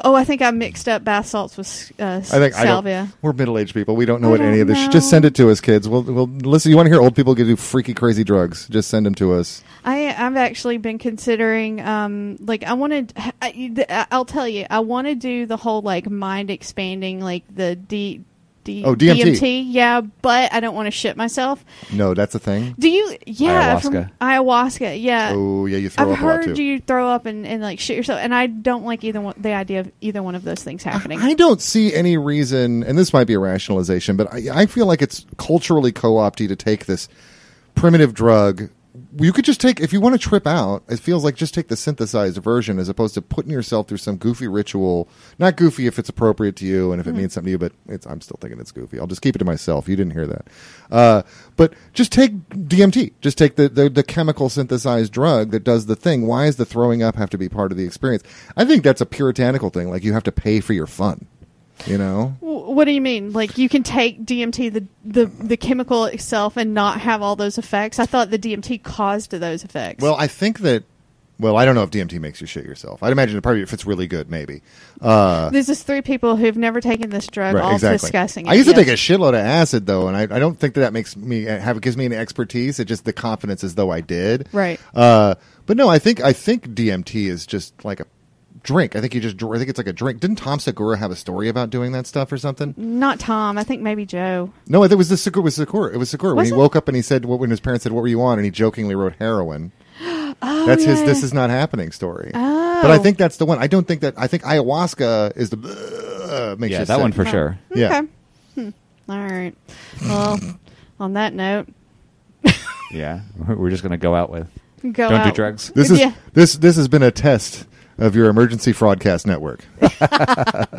Speaker 1: oh, I think I mixed up bath salts with uh,
Speaker 3: I think I
Speaker 1: salvia.
Speaker 3: don't, we're middle aged people. We don't know
Speaker 1: I
Speaker 3: what any
Speaker 1: don't
Speaker 3: of this.
Speaker 1: know.
Speaker 3: Just send it to us, kids. We'll, we'll listen. You want to hear old people do freaky, crazy drugs? Just send them to us.
Speaker 1: I, have actually been considering, um, like, I want to. I, I'll tell you, I want to do the whole like mind expanding, like the D. D-
Speaker 3: Oh, DMT.
Speaker 1: yeah, but I don't want to shit myself.
Speaker 3: No, that's a thing.
Speaker 1: Do you? Yeah,
Speaker 2: Ayahuasca.
Speaker 1: from ayahuasca. Yeah,
Speaker 3: Oh yeah, you throw
Speaker 1: Uh, I've
Speaker 3: up a lot too.
Speaker 1: heard you throw up and, and like shit yourself, and I don't like either one. The idea of either one of those things happening.
Speaker 3: I don't see any reason, and this might be a rationalization, but I, I feel like it's culturally co-opted to take this primitive drug. You could just take if you want to trip out. It feels like just take the synthesized version as opposed to putting yourself through some goofy ritual. Not goofy if it's appropriate to you and if it means something to you, but it's, I'm still thinking it's goofy. I'll just keep it to myself. You didn't hear that, uh, but just take DMT. Just take the, the the chemical synthesized drug that does the thing. Why is the throwing up have to be part of the experience? I think that's a puritanical thing. Like you have to pay for your fun. You know,
Speaker 1: W- What do you mean? Like you can take DMT the, the the chemical itself and not have all those effects? I thought the DMT caused those effects.
Speaker 3: Well, I think that. Well, I don't know if DMT makes you shit yourself. I'd imagine it probably if it's really good, maybe. Uh,
Speaker 1: there's just three people who've never taken this drug all discussing it.
Speaker 3: I used to
Speaker 1: Yes.
Speaker 3: take a shitload of acid though, and I, I don't think that that makes me eh, have gives me any expertise. It just the confidence as though I did.
Speaker 1: Right.
Speaker 3: Uh, but no, I think I think DMT is just like a drink. I think you just dr- I think it's like a drink. Didn't Tom Segura have a story about doing that stuff or something?
Speaker 1: Not Tom. I think maybe Joe.
Speaker 3: No, I think it was the Segura. It was Segura. It was Segura when
Speaker 1: Was
Speaker 3: he
Speaker 1: it?
Speaker 3: woke up and he said what when his parents said what were you on and he jokingly wrote heroin. that's his
Speaker 1: Oh, yeah. Oh.
Speaker 3: this is not happening story. But I think that's the one. I don't think that I think ayahuasca is the uh, makes
Speaker 2: Yeah,
Speaker 3: you
Speaker 2: that one
Speaker 3: sick.
Speaker 2: for sure.
Speaker 3: Yeah.
Speaker 1: Okay. Hmm. All right. Well, on that note,
Speaker 2: Yeah, we're just gonna go out with.
Speaker 1: go
Speaker 2: Don't do
Speaker 1: out.
Speaker 2: drugs.
Speaker 3: This is
Speaker 1: Yeah.
Speaker 3: this this has been a test of your emergency broadcast network.
Speaker 1: I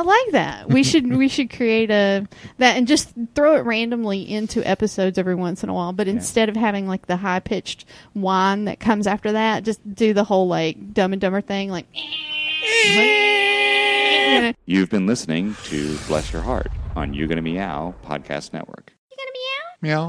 Speaker 1: like that. We should we should create a that and just throw it randomly into episodes every once in a while. But instead of having like the high pitched whine that comes after that, just do the whole like Dumb and Dumber thing, like.
Speaker 2: You've been listening to Bless Your Heart on You Gonna Meow Podcast Network.
Speaker 3: Meow.